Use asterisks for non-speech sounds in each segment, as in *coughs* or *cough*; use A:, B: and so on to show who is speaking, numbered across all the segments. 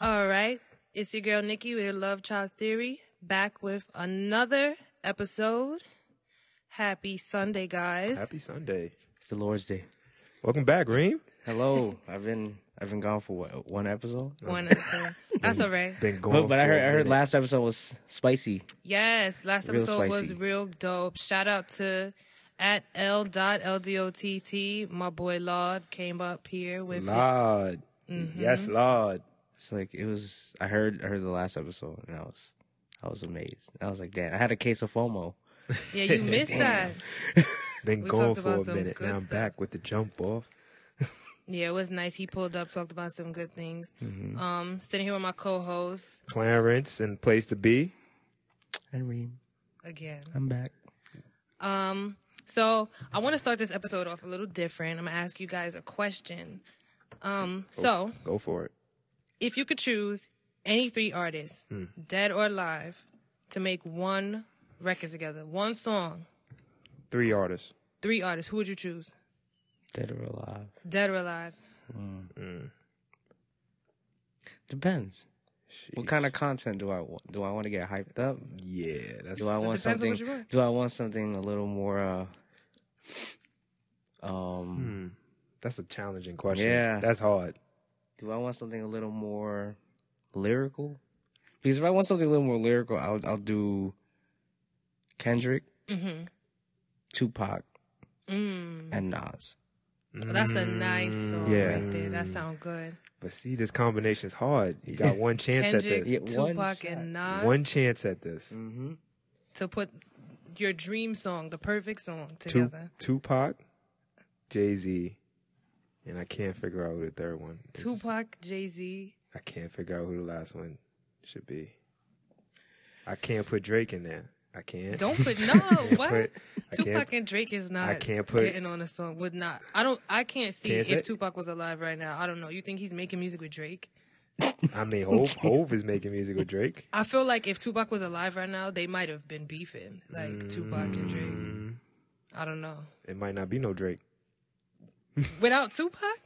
A: All right. It's your girl Nikki with Love Child's Theory back with another episode. Happy Sunday, guys.
B: Happy Sunday.
C: It's the Lord's Day.
B: Welcome back, Reem.
C: Hello. I've been I've been gone for what one episode.
A: One episode. That's all
C: *laughs*
A: right. *laughs*
B: Been going.
C: But, but I
B: for a
C: heard I heard
B: minute.
C: last episode was spicy.
A: Yes, last
C: Real
A: episode was
C: spicy.
A: real dope. Shout out to at L dot L D O T T. My boy Laud came up here with
B: Lord.
A: Mm-hmm.
B: Yes, Lord.
C: It's like it was. I heard I heard the last episode and I was I was amazed. I was like, damn, I had a case of FOMO.
A: Yeah, you missed that.
B: Been
A: We
B: going
A: talked
B: for
A: about
B: a
A: some
B: minute.
A: good
B: Now I'm
A: stuff.
B: back with the jump off.
A: Yeah, it was nice. He pulled up, talked about some good things.
C: Mm-hmm.
A: Um, sitting here with my co-host
B: Clarence and place to be.
C: And Reem,
A: again.
C: I'm back.
A: Um, so I want to start this episode off a little different. I'm gonna ask you guys a question. Um,
C: Oh.
A: so
B: Go for it.
A: if you could choose any three artists,
C: Hmm.
A: dead or alive, to make one record together, one song,
B: Three artists.
A: three artists, who would you choose?
C: Dead or alive?
A: Dead or alive?
C: Depends. What
B: Sheesh.
C: kind of content do I want? Do I want to get hyped up?
B: Yeah, that's
C: Do I want
A: depends on
C: something?
A: what you want.
C: Do I want something a little more? uh Um.
B: that's a challenging question.
C: Yeah.
B: that's hard.
C: Do I want something a little more lyrical? Because if I want something a little more lyrical, I'll I'll do Kendrick,
A: Mm-hmm.
C: Tupac,
A: Mm.
C: and Nas.
A: That's a nice song
C: Mm, yeah.
A: right there. That sounds good.
B: But see, this combination is hard. You
A: *laughs*
B: got one chance at
A: Kendrick, Mm,
B: this.
C: Yeah, one
A: Tupac,
C: shot.
A: and Nas
B: One chance at this.
C: Mm-hmm.
A: to put your dream song, the perfect song,
B: Tu-
A: together.
B: Tupac, Jay Z, and I can't figure out who the third one. is.
A: Tupac, Jay Z.
B: I can't figure out who the last one should be. I can't put Drake in there. I can't.
A: Don't put
C: *laughs*
A: no. what?
B: Put, I can't.
A: Tupac and Drake is not.
B: I can't put-
A: getting on a song. Would not. I don't. I can't see
B: Can't
A: if
B: say-
A: Tupac was alive right now. I don't know. You think he's making music with Drake? *laughs*
B: I mean, Hove, Hove is making music with Drake.
A: I feel like if Tupac was alive right now, they might have been beefing, like Tupac and Drake.
B: Mm,
A: I don't know.
B: it might not be no Drake.
A: Without Tupac,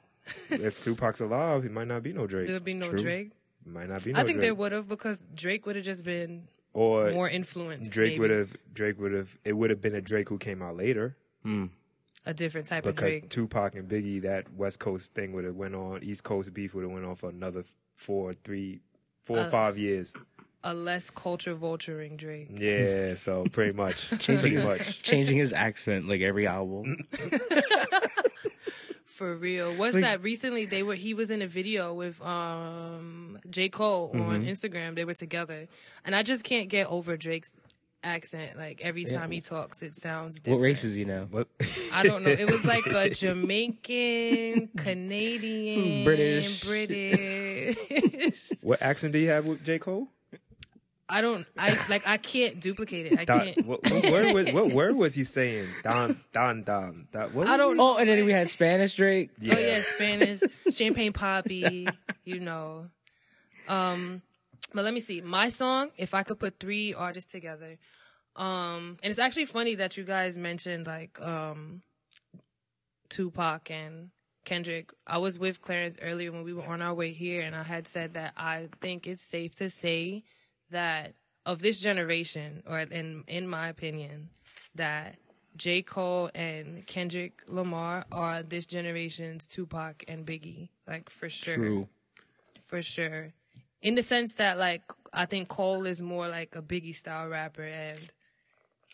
B: If Tupac's alive, it might not be no Drake.
A: there would be no
B: True.
A: Drake.
B: Might not be. No
A: I think
B: Drake.
A: there would have because Drake would have just been
B: Or
A: more influenced.
B: Drake
A: maybe.
B: would have. Drake would have. It would have been a Drake who came out later
A: a different type of
B: because
A: Drake.
B: Tupac and Biggie that West Coast thing would have went on. East Coast beef would have went on for another four, three, four,
A: Uh,
B: five years.
A: A less culture vulturing Drake.
B: Yeah. So pretty
A: *laughs*
B: much.
C: Changing
B: pretty
C: his,
B: much.
C: changing his accent like every album.
A: For real. What's that? Recently they were he was in a video with um J. Cole on
C: Mm-hmm.
A: Instagram. They were together. And I just can't get over Drake's accent. Like every time he talks it sounds different.
C: what race is he now?
B: What?
A: I don't know. It was like
C: *laughs*
A: a Jamaican, Canadian,
C: British.
A: British. *laughs*
B: What accent do you have with J Cole?
A: I don't I like I can't duplicate it. I
B: Don,
A: can't
B: what, what word was what word was he saying? Don Don Don. Don what
A: I
B: was-
A: don't know.
C: Oh, and then we had Spanish Drake.
A: Oh yeah, Spanish, champagne poppy, you know. Um but let me see. My song, if I could put three artists together. Um and it's actually funny that you guys mentioned like um Tupac and Kendrick. I was with Clarence earlier when we were on our way here and I had said that I think it's safe to say that of this generation or in in my opinion that J. Cole and Kendrick Lamar are this generation's Tupac and Biggie, like for sure, for sure. In the sense that, like, I think Cole is more like a Biggie style rapper, and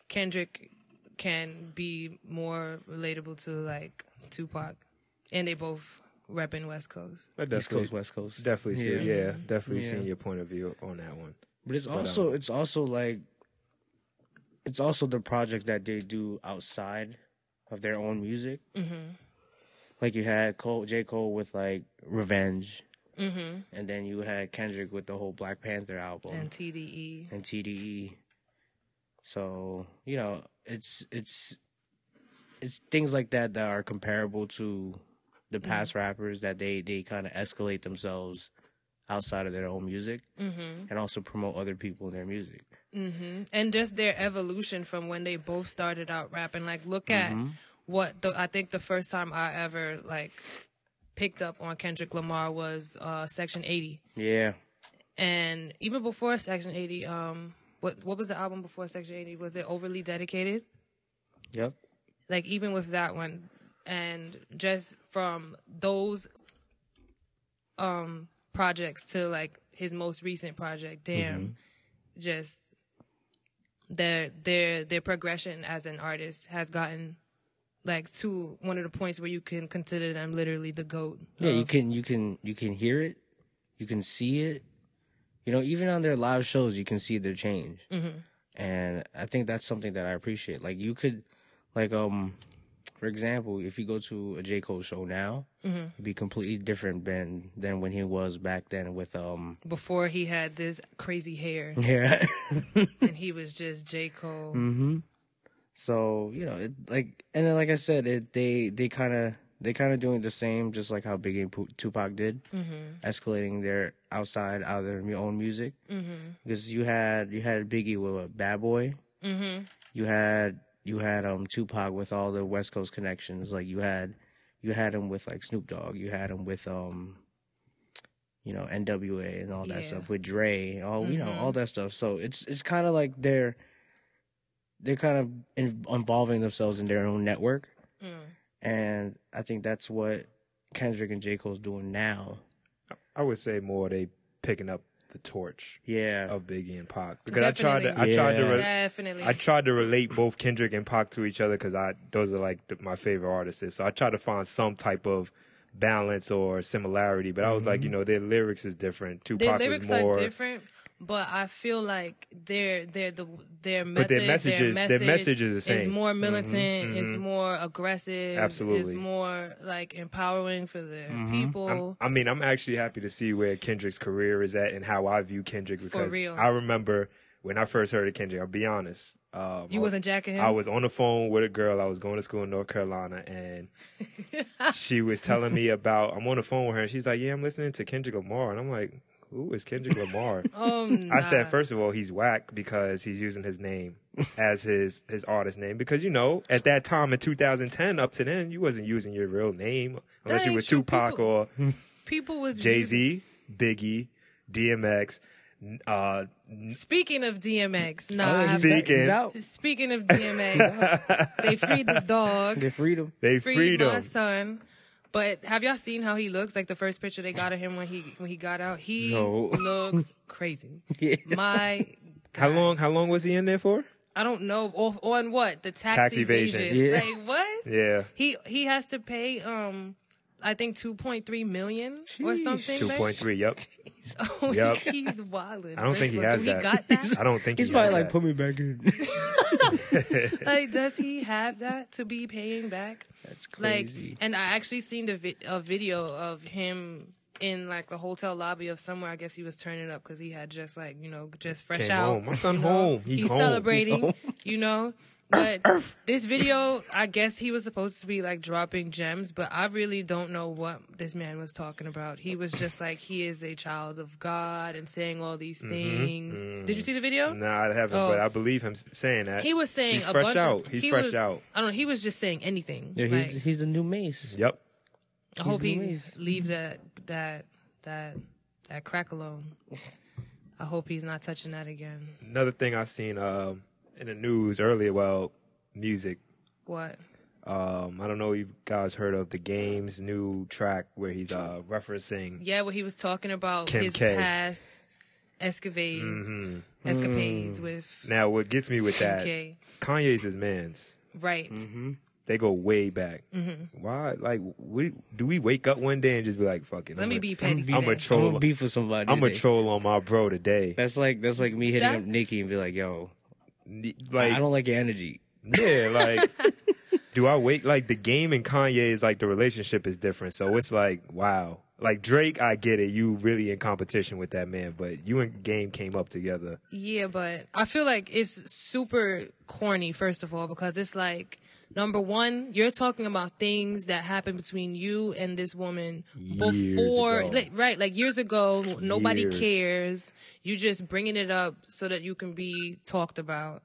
A: Kendrick can be more relatable to like Tupac, and they both repping West Coast.
B: I
C: East
B: definitely,
C: Coast, West Coast.
B: definitely see. Yeah, definitely
C: Yeah.
B: seeing your point of view on that one.
C: But it's also it's also like it's also the projects that they do outside of their own music. Mm-hmm. Like you had Cole, J Cole with like Revenge,
A: Mm-hmm.
C: and then you had Kendrick with the whole Black Panther album
A: And E. TDE.
C: and TDE. So you know it's it's it's things like that that are comparable to the past rappers that they they kind of escalate themselves outside of their own music
A: Mm-hmm.
C: and also promote other people in their music.
A: Mm-hmm. And just their evolution from when they both started out rapping. Like, look at what the, I think the first time I ever like picked up on Kendrick Lamar was uh, Section 80.
C: Yeah.
A: And even before Section 80, um, what what was the album before Section 80? Was it Overly Dedicated?
C: Yep.
A: Like even with that one, and just from those um projects to like his most recent project, damn, just their their their progression as an artist has gotten like to one of the points where you can consider them literally the goat.
C: Yeah, you
A: of-
C: can you can you can hear it, you can see it. You know, even on their live shows, you can see their change, and I think that's something that I appreciate. Like you could, like um, for example, if you go to a J Cole show now, it'd be completely different than than when he was back then with um, *laughs*
A: before he had this crazy hair
C: yeah.
A: and he was just J Cole.
C: hmm So you know, it like and then like I said, it they they kind of they kind of doing the same, just like how Biggie and Pu- Tupac did,
A: Mm-hmm.
C: escalating their outside out of their mu- own music. Mm-hmm. Because you had you had Biggie with a Bad Boy,
A: hmm
C: you had you had um Tupac with all the West Coast connections, like you had you had him with like Snoop Dogg, you had him with um you know NWA and all that
A: Yeah.
C: stuff with Dre, all you know
A: Mhm.
C: all that stuff. So it's it's kind of like they're they're kind of in, involving themselves in their own network,
A: Mm.
C: and I think that's what Kendrick and J Cole's doing now.
B: I would say more they picking up the torch
C: Yeah,
B: of Biggie and Pac because I tried to I
C: Definitely.
B: tried to
C: Yeah.
B: re-
A: Definitely.
B: I tried to relate both Kendrick and Pac to each other because I those are like th- my favorite artists. So I tried to find some type of balance or similarity, but I was
C: Mm-hmm.
B: like, you know, their lyrics is different. Tupac
A: their lyrics
B: is more,
A: are different, but I feel like their their the their method,
B: But their messages- their message is the same.
A: more militant, is
B: mhm.
A: more aggressive, is
B: Absolutely. Mm-hmm.
A: more like empowering for the
B: I'm,
A: people.
B: I mean, I'm actually happy to see where Kendrick's career is at and how I view Kendrick because
A: real.
B: I remember when I first heard of Kendrick. I'll be honest, um,
A: you
B: I-
A: wasn't jacking him.
B: I was on the phone with a girl. I was going to school in North Carolina,
A: *laughs*
B: and she was telling me about. I'm on the phone with her, and she's like, "Yeah, I'm listening to Kendrick Lamar," and I'm like, "Who is Kendrick Lamar?"
A: *laughs* Oh, nah.
B: *laughs* I said, first of all, he's whack because he's using his name as his his artist name because you know at that time in 2010 up to then you wasn't using your real name unless you
A: ain't
B: was
A: true.
B: Tupac
A: People-
B: or
A: people was
B: Jay Z, Biggie, DMX. n- Uh, n-
A: Speaking of DMX, nah. I
C: He's
A: have-
B: Speak-
C: out- he's
A: Speaking
B: Speaking.
C: out.
A: of DMX,
B: *laughs*
A: they freed the dog.
C: Their freedom.
B: they
A: freed
B: freedom.
A: my son. But have y'all seen how he looks? Like the first picture they got of him when he when he got out, he
B: *laughs*
C: No.
A: looks crazy.
C: *laughs* Yeah.
A: My,
B: How long? How long was he in there for?
A: I don't know off, on what the tax,
B: Tax
A: evasion.
B: evasion.
C: Yeah.
A: Like what?
B: Yeah,
A: He he has to pay um, I think two point three million or something.
B: two point three. Yep.
A: *laughs* Oh,
B: Yup.
A: he's wilding.
B: I don't think he
A: First
B: has
A: of all,
B: that.
A: Do he got that?
B: *laughs* I don't think
C: *laughs* He's
B: he
C: probably
B: has
C: like,
B: that.
C: put me back in.
A: *laughs* like, does he have that to be paying back?
C: That's
A: like
C: crazy.
A: and i actually seen a, vi- a video of him in like the hotel lobby of somewhere i guess he was turning up because he had just like you know just fresh
B: Came
A: out
B: home. My son
A: you know?
B: home. He
A: he's
B: home.
A: celebrating *laughs* you know but this video i guess he was supposed to be like dropping gems but i really don't know what this man was talking about he was just like he is a child of god and saying all these
B: Mm-hmm.
A: things
B: Mm.
A: did you see the video
B: No, I haven't,
A: Oh.
B: but I believe him s- saying that.
A: He was saying
B: He's
A: a
B: fresh
A: bunch
B: out.
A: Of,
B: He's
A: he
B: fresh
A: was-
B: out.
A: I don't know. He was just saying anything.
C: Yeah,
A: Like,
C: he's he's the new Mace.
B: Yep.
A: I hope
C: the
A: he
C: Mace.
A: leave that that that that crack
B: *laughs*
A: alone. I hope he's not touching that again.
B: Another thing I seen um, in the news earlier, well, music.
A: What?
B: Um, I don't know if you guys heard of the game's new track where he's uh, referencing.
A: Yeah, well, he was talking about
B: Kim
A: his
B: K.
A: past escapades, escapades with
B: Now, what gets me with Mm. that, Mm-hmm.
A: Kim K.
B: Kanye's his man's.
A: Right.
B: They go way back.
A: Mm-hmm.
B: Why? Like, we, do we wake up one day and just be like, "Fuck it"?
A: Let
B: I'm
A: me
B: a-
A: be petty.
B: I'm a
A: today.
C: I'm
B: troll.
C: gonna beef with somebody.
B: I'm a
C: today.
B: troll on my bro today.
C: That's like that's like me hitting
A: That's-
C: up Nikki and be like, "Yo, I
B: Like,
C: don't like your energy."
B: Yeah,
C: *laughs*
B: like, do I wait? Like, the game and Kanye is like the relationship is different. So it's like, wow. Like, Drake, I get it. You really in competition with that man, but you and game came up together.
A: Yeah, but I feel like it's super corny, first of all, because it's like, number one, you're talking about things that happened between you and this woman
B: Years
A: before,
B: ago.
A: like, right? Like years ago, nobody
B: Years.
A: cares. You just bringing it up so that you can be talked about.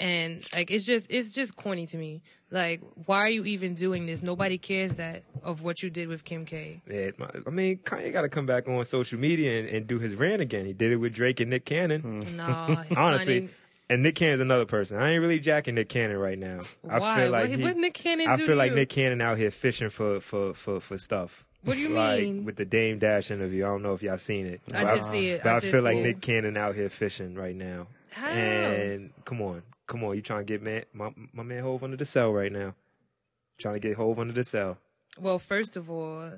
A: and like it's just it's just corny to me. Like, why are you even doing this? Nobody cares that of what you did with Kim K.
B: Yeah, my- I mean, Kanye got to come back on social media and, and do his rant again. He did it with Drake and Nick Cannon.
C: Hmm.
A: Nah,
B: *laughs* Honestly,
A: Kanye-
B: and Nick Cannon's another person. I ain't really jacking Nick Cannon right now. I
A: Why?
B: feel like
A: what,
B: he-
A: what Nick Cannon
B: I
A: do
B: feel
A: to
B: like
A: you?
B: Nick Cannon out here fishing for for for for stuff.
A: What do you
B: like,
A: mean?
B: With the Dame Dash interview, I don't know if y'all seen it.
A: I
B: But
A: did see it.
B: But I,
A: I did
B: feel like
A: see it.
B: Nick Cannon out here fishing right now.
A: How?
B: And come on, come on, you trying to get man, my my man Hove under the cell right now? Trying to get Hove under the cell.
A: Well, first of all,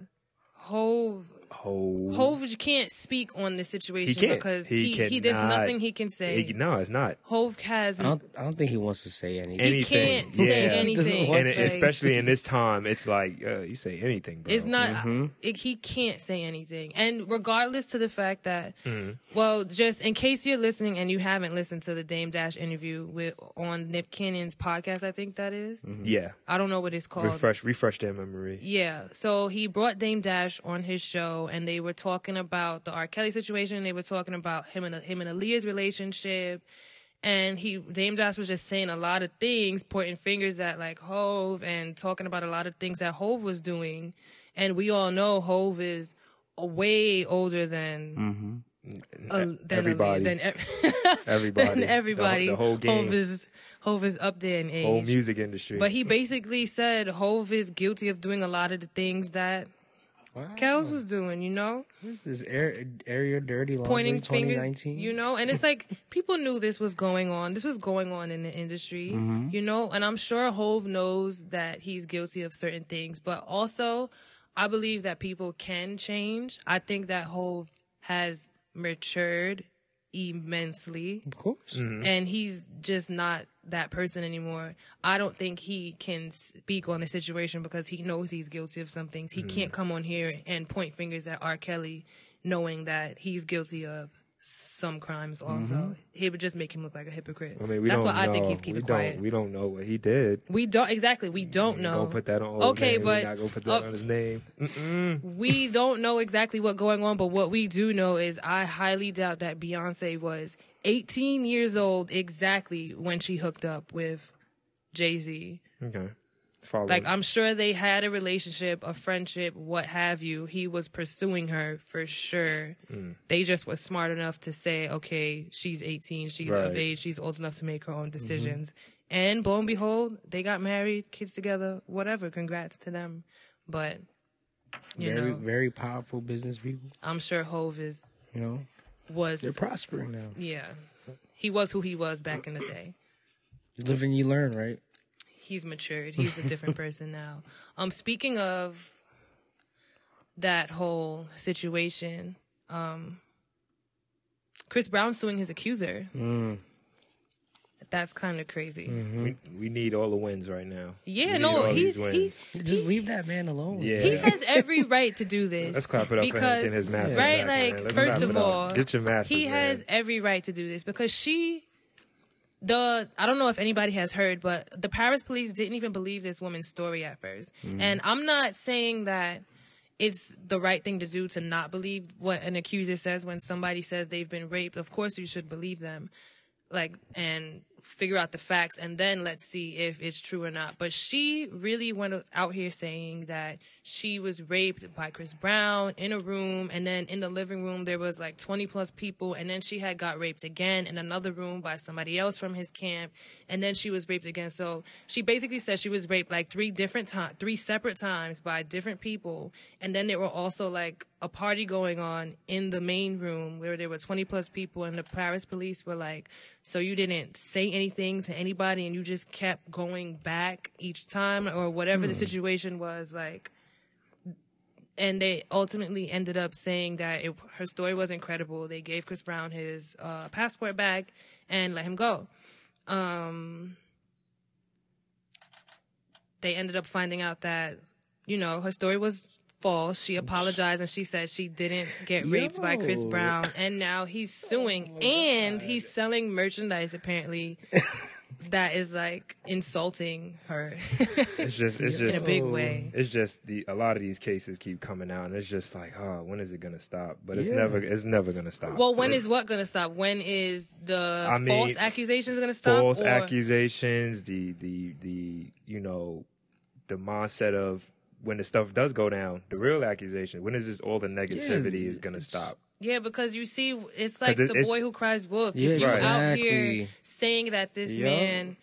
A: Hove
B: Hove.
A: Hove can't speak on this situation
B: can't.
A: because
B: He
A: he, he, there's
B: cannot.
A: nothing he can say.
B: He- no, it's not.
A: Hove has
C: I don't, I don't think he wants to say anything.
A: Any-
B: anything.
A: can't say
B: yeah.
A: anything.
C: Doesn't want
B: And
A: to.
B: it- especially in this time, it's like uh, you say anything, bro.
A: It's not.
C: Mhm.
A: It, he can't say anything, and regardless to the fact that, well, just in case you're listening and you haven't listened to the Dame Dash interview with on Nip Cannon's podcast, I think that is.
B: Yeah,
A: I don't know what it's called.
B: refresh refresh their memory.
A: Yeah. So he brought Dame Dash on his show, and they were talking about the R. Kelly situation. They were talking about him and him and Aaliyah's relationship, and he Dame Dash was just saying a lot of things, pointing fingers at like Hove, and talking about a lot of things that Hove was doing. And we all know Hove is way older than uh, than
B: Mm-hmm.
A: Aaliyah,
B: Everybody.
A: than, ev- *laughs*
B: Everybody.
A: than everybody.
B: The, the whole game.
A: Hove is Hove is up there in age.
B: whole music industry.
A: But he basically said Hove is guilty of doing a lot of the things that
C: Wow.
A: Kels was doing, you know?
C: What is this air, area dirty laundry
A: Pointing fingers,
C: 2019?
A: you know? And it's like people knew this was going on. This was going on in the industry, you know? And I'm sure Hove knows that he's guilty of certain things, but also I believe that people can change. I think that Hove has matured immensely
C: Of course.
B: Mm. Mm-hmm.
A: and he's just not that person anymore. I don't think he can speak on the situation because he knows he's guilty of some things.
B: Mm-hmm.
A: He can't come on here and point fingers at R. Kelly knowing that he's guilty of some crimes also. He would just make him look like a hypocrite.
B: Mm-hmm. I mean, we
A: That's
B: don't
A: why I think
B: know.
A: he's keeping
B: we
A: quiet.
B: Don't, we don't know what he did.
A: we don't exactly. We don't
B: We're
A: know.
B: gonna put that on. Old
A: Okay,
B: name.
A: but-
B: we're not gonna put that
A: oh.
B: on his name. Mm, Mm-mm.
A: we don't know exactly what's going on, but what we do know is I highly doubt that Beyonce was 18 years old exactly when she hooked up with Jay Z.
B: Okay, follow.
A: Like I'm sure they had a relationship, a friendship, what have you. He was pursuing her for sure. They just were smart enough to say, okay, she's 18, she's of
B: Right.
A: age, she's old enough to make her own decisions. And lo and behold, they got married, kids together, whatever. Congrats to them. But you
C: very,
A: know,
C: very powerful business people.
A: I'm sure Hove is
C: You know, they're
A: was
C: prospering now.
A: yeah, he was who he was back in the day.
C: You live and you learn, right?
A: he's matured. He's a different
B: *laughs*
A: person now. Um, speaking of that whole situation, um, Chris Brown suing his accuser.
B: Mm.
A: That's kind of crazy.
B: we, we need all the wins right now.
A: Yeah,
B: We need
A: no,
B: Mm-hmm. all
A: uh, he's
B: these
A: he,
B: wins.
C: Just leave that man alone.
B: yeah.
A: he has every right to do this.
B: Let's clap it up for him
A: because-
B: getting his master.
A: Right,
B: back,
A: like
B: man. Let's
A: first
B: clap
A: of
B: it up.
A: all,
B: get your master.
A: he has every right to do this because she the I don't know if anybody has heard, but the Paris police didn't even believe this woman's story at 1st
B: Mm-hmm.
A: And I'm not saying that it's the right thing to do to not believe what an accuser says when somebody says they've been raped. Of course you should believe them. Like and figure out the facts and then let's see if it's true or not. But she really went out here saying that she was raped by Chris Brown in a room and then in the living room there was like 20 plus people and then she had got raped again in another room by somebody else from his camp and then she was raped again. So she basically said she was raped like three different times, three separate times by different people. And then there were also like a party going on in the main room where there were 20 plus people and the Paris police were like, so you didn't say anything to anybody and you just kept going back each time or whatever the situation was like and they ultimately ended up saying that it, her story wasn't credible. They gave Chris Brown his uh, passport back and let him go. Um, they ended up finding out that, you know, her story was false. She apologized and she said she didn't get raped by Chris
C: Yo.
A: Brown. And now he's suing and he's selling merchandise apparently that is like insulting her
B: *laughs*
A: *laughs*
B: It's just it's
A: in a
B: just
A: big
C: Oh.
A: way.
B: it's just the a lot of these cases keep coming out and it's just like, oh, when is it gonna stop? But it's
C: Yeah.
B: never it's never gonna stop.
A: Well, when
B: It's
A: is what going to stop? When is the
B: I mean,
A: false accusations going to stop?
B: false
A: or-
B: accusations, the the the you know, the mindset of when the stuff does go down, the real accusation, when is this all the negativity is gonna
C: it's-
B: stop?
A: Yeah, because you see, it's like
B: it-
A: the
B: it's-
A: boy who cries wolf.
C: Yeah,
A: if you
B: Right.
A: out here
C: exactly.
A: saying that this
C: Yup.
A: man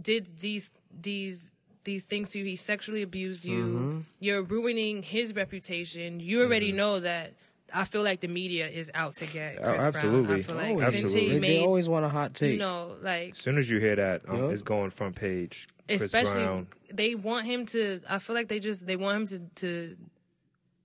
A: did these these these things to you, he sexually abused you.
C: Mm-hmm.
A: You're ruining his reputation. You already
B: Mm-hmm.
A: know that. I feel like the media is out to get
B: Oh,
A: Chris Brown. I
B: absolutely.
A: feel like
B: Always.
A: since
B: Absolutely.
A: he
C: They, they
A: made,
C: always want a hot take.
A: you know, like
B: As soon as you hear that, um,
C: Yeah.
B: it's going front page. Chris
A: especially
B: Brown.
A: they want him to i feel like they just they want him to to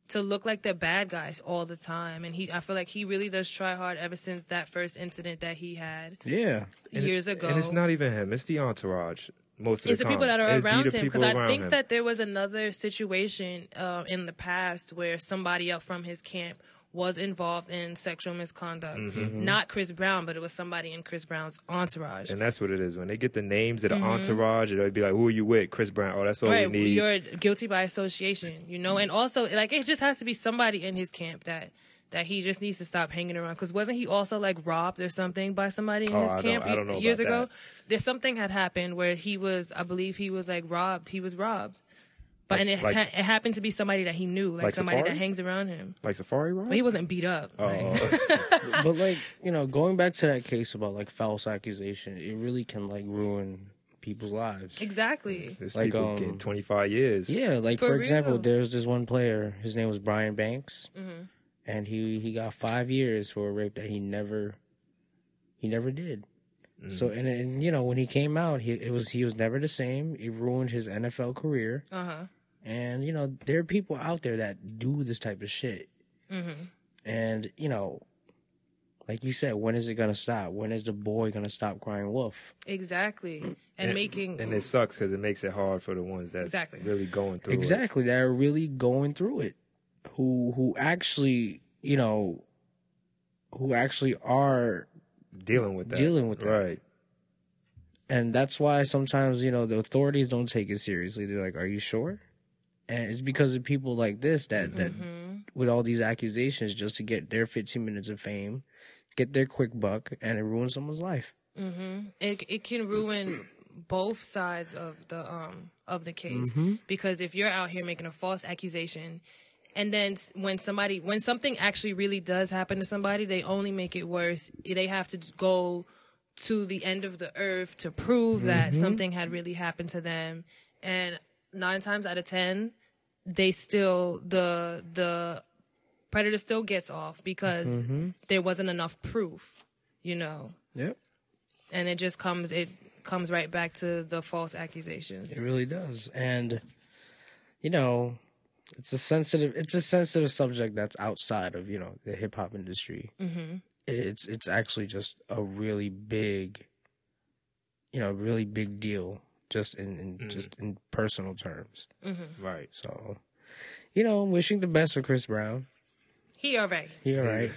A: to look like the bad guys all the time and he i feel like he really does try hard ever since that first incident that he had
C: yeah.
A: years ago
B: And it's not even him; it's the entourage. Most of
A: it's the
B: the, time.
A: people that are
B: It's be
A: around
B: the
A: him because
B: people
A: i
B: around
A: think
B: him.
A: that there was another situation uh, in the past where somebody else from his camp was involved in sexual misconduct
B: Mm-hmm.
A: not chris brown but it was somebody in chris brown's entourage
B: and that's what it is. When they get the names of the entourage, it'll be like, "Who are you with?" Chris Brown. Oh, that's all
A: Mm-hmm. right
B: we need.
A: you're guilty by association you know and also like it just has to be somebody in his camp that that he just needs to stop hanging around because wasn't he also like robbed or something by somebody in
B: Oh,
A: his
B: I don't-
A: camp
B: I don't know
A: years
B: about
A: ago
B: that.
A: there's something had happened where he was i believe he was like robbed he was robbed but and it,
B: That's like-
A: ha- it happened to be somebody that he knew like,
B: Like
A: somebody that
B: Safari?
A: hangs around him
B: like Safari Rock.
A: but he wasn't beat up like- *laughs*
B: Oh,
C: but like you know going back to that case about like false accusation it really can like ruin people's lives
A: exactly
B: this
C: Like,
B: people
C: um,
B: get 25 years.
C: yeah like
A: For
C: for, example
A: real. Mm-hmm.
C: there's this one player his name was brian banks and he he got five years for a rape that he never he never did so and, and you know when he came out he it was he was never the same it ruined his nfl career
A: uh-huh
C: and you know, there are people out there that do this type of shit.
A: Mm-hmm.
C: And you know, like you said, when is it gonna stop? When is the boy gonna stop crying wolf?
A: exactly and, making
B: and it sucks because it makes it hard for the ones that
A: Exactly.
B: really going through. it.
C: Exactly, that are really going through it. Who who actually you know, who actually are,
B: dealing with that.
C: Dealing with that.
B: Right.
C: and that's why sometimes you know the authorities don't take it seriously. They're like, "Are you sure?" And it's because of people like this that
B: Mm-hmm.
C: that
A: Mm-hmm.
C: with all these accusations just to get their 15 minutes of fame, get their quick buck, and it ruins someone's life.
A: it it can ruin both sides of the um of the case because if you're out here making a false accusation and then s- when somebody when something actually really does happen to somebody they only make it worse they have to go to the end of the earth to prove that something had really happened to them and 9 times out of 10 they still the the predator still gets off because there wasn't enough proof you know
C: Yep.
A: and it just comes it comes right back to the false accusations
C: It really does. And you know, it's a sensitive it's a sensitive subject that's outside of, you know, the hip hop industry. Mm-hmm. It's it's actually just a really big you know, really big deal just in, in just in personal terms.
B: Right.
C: So you know, wishing the best for Chris Brown.
A: he all right
C: He all *laughs* right.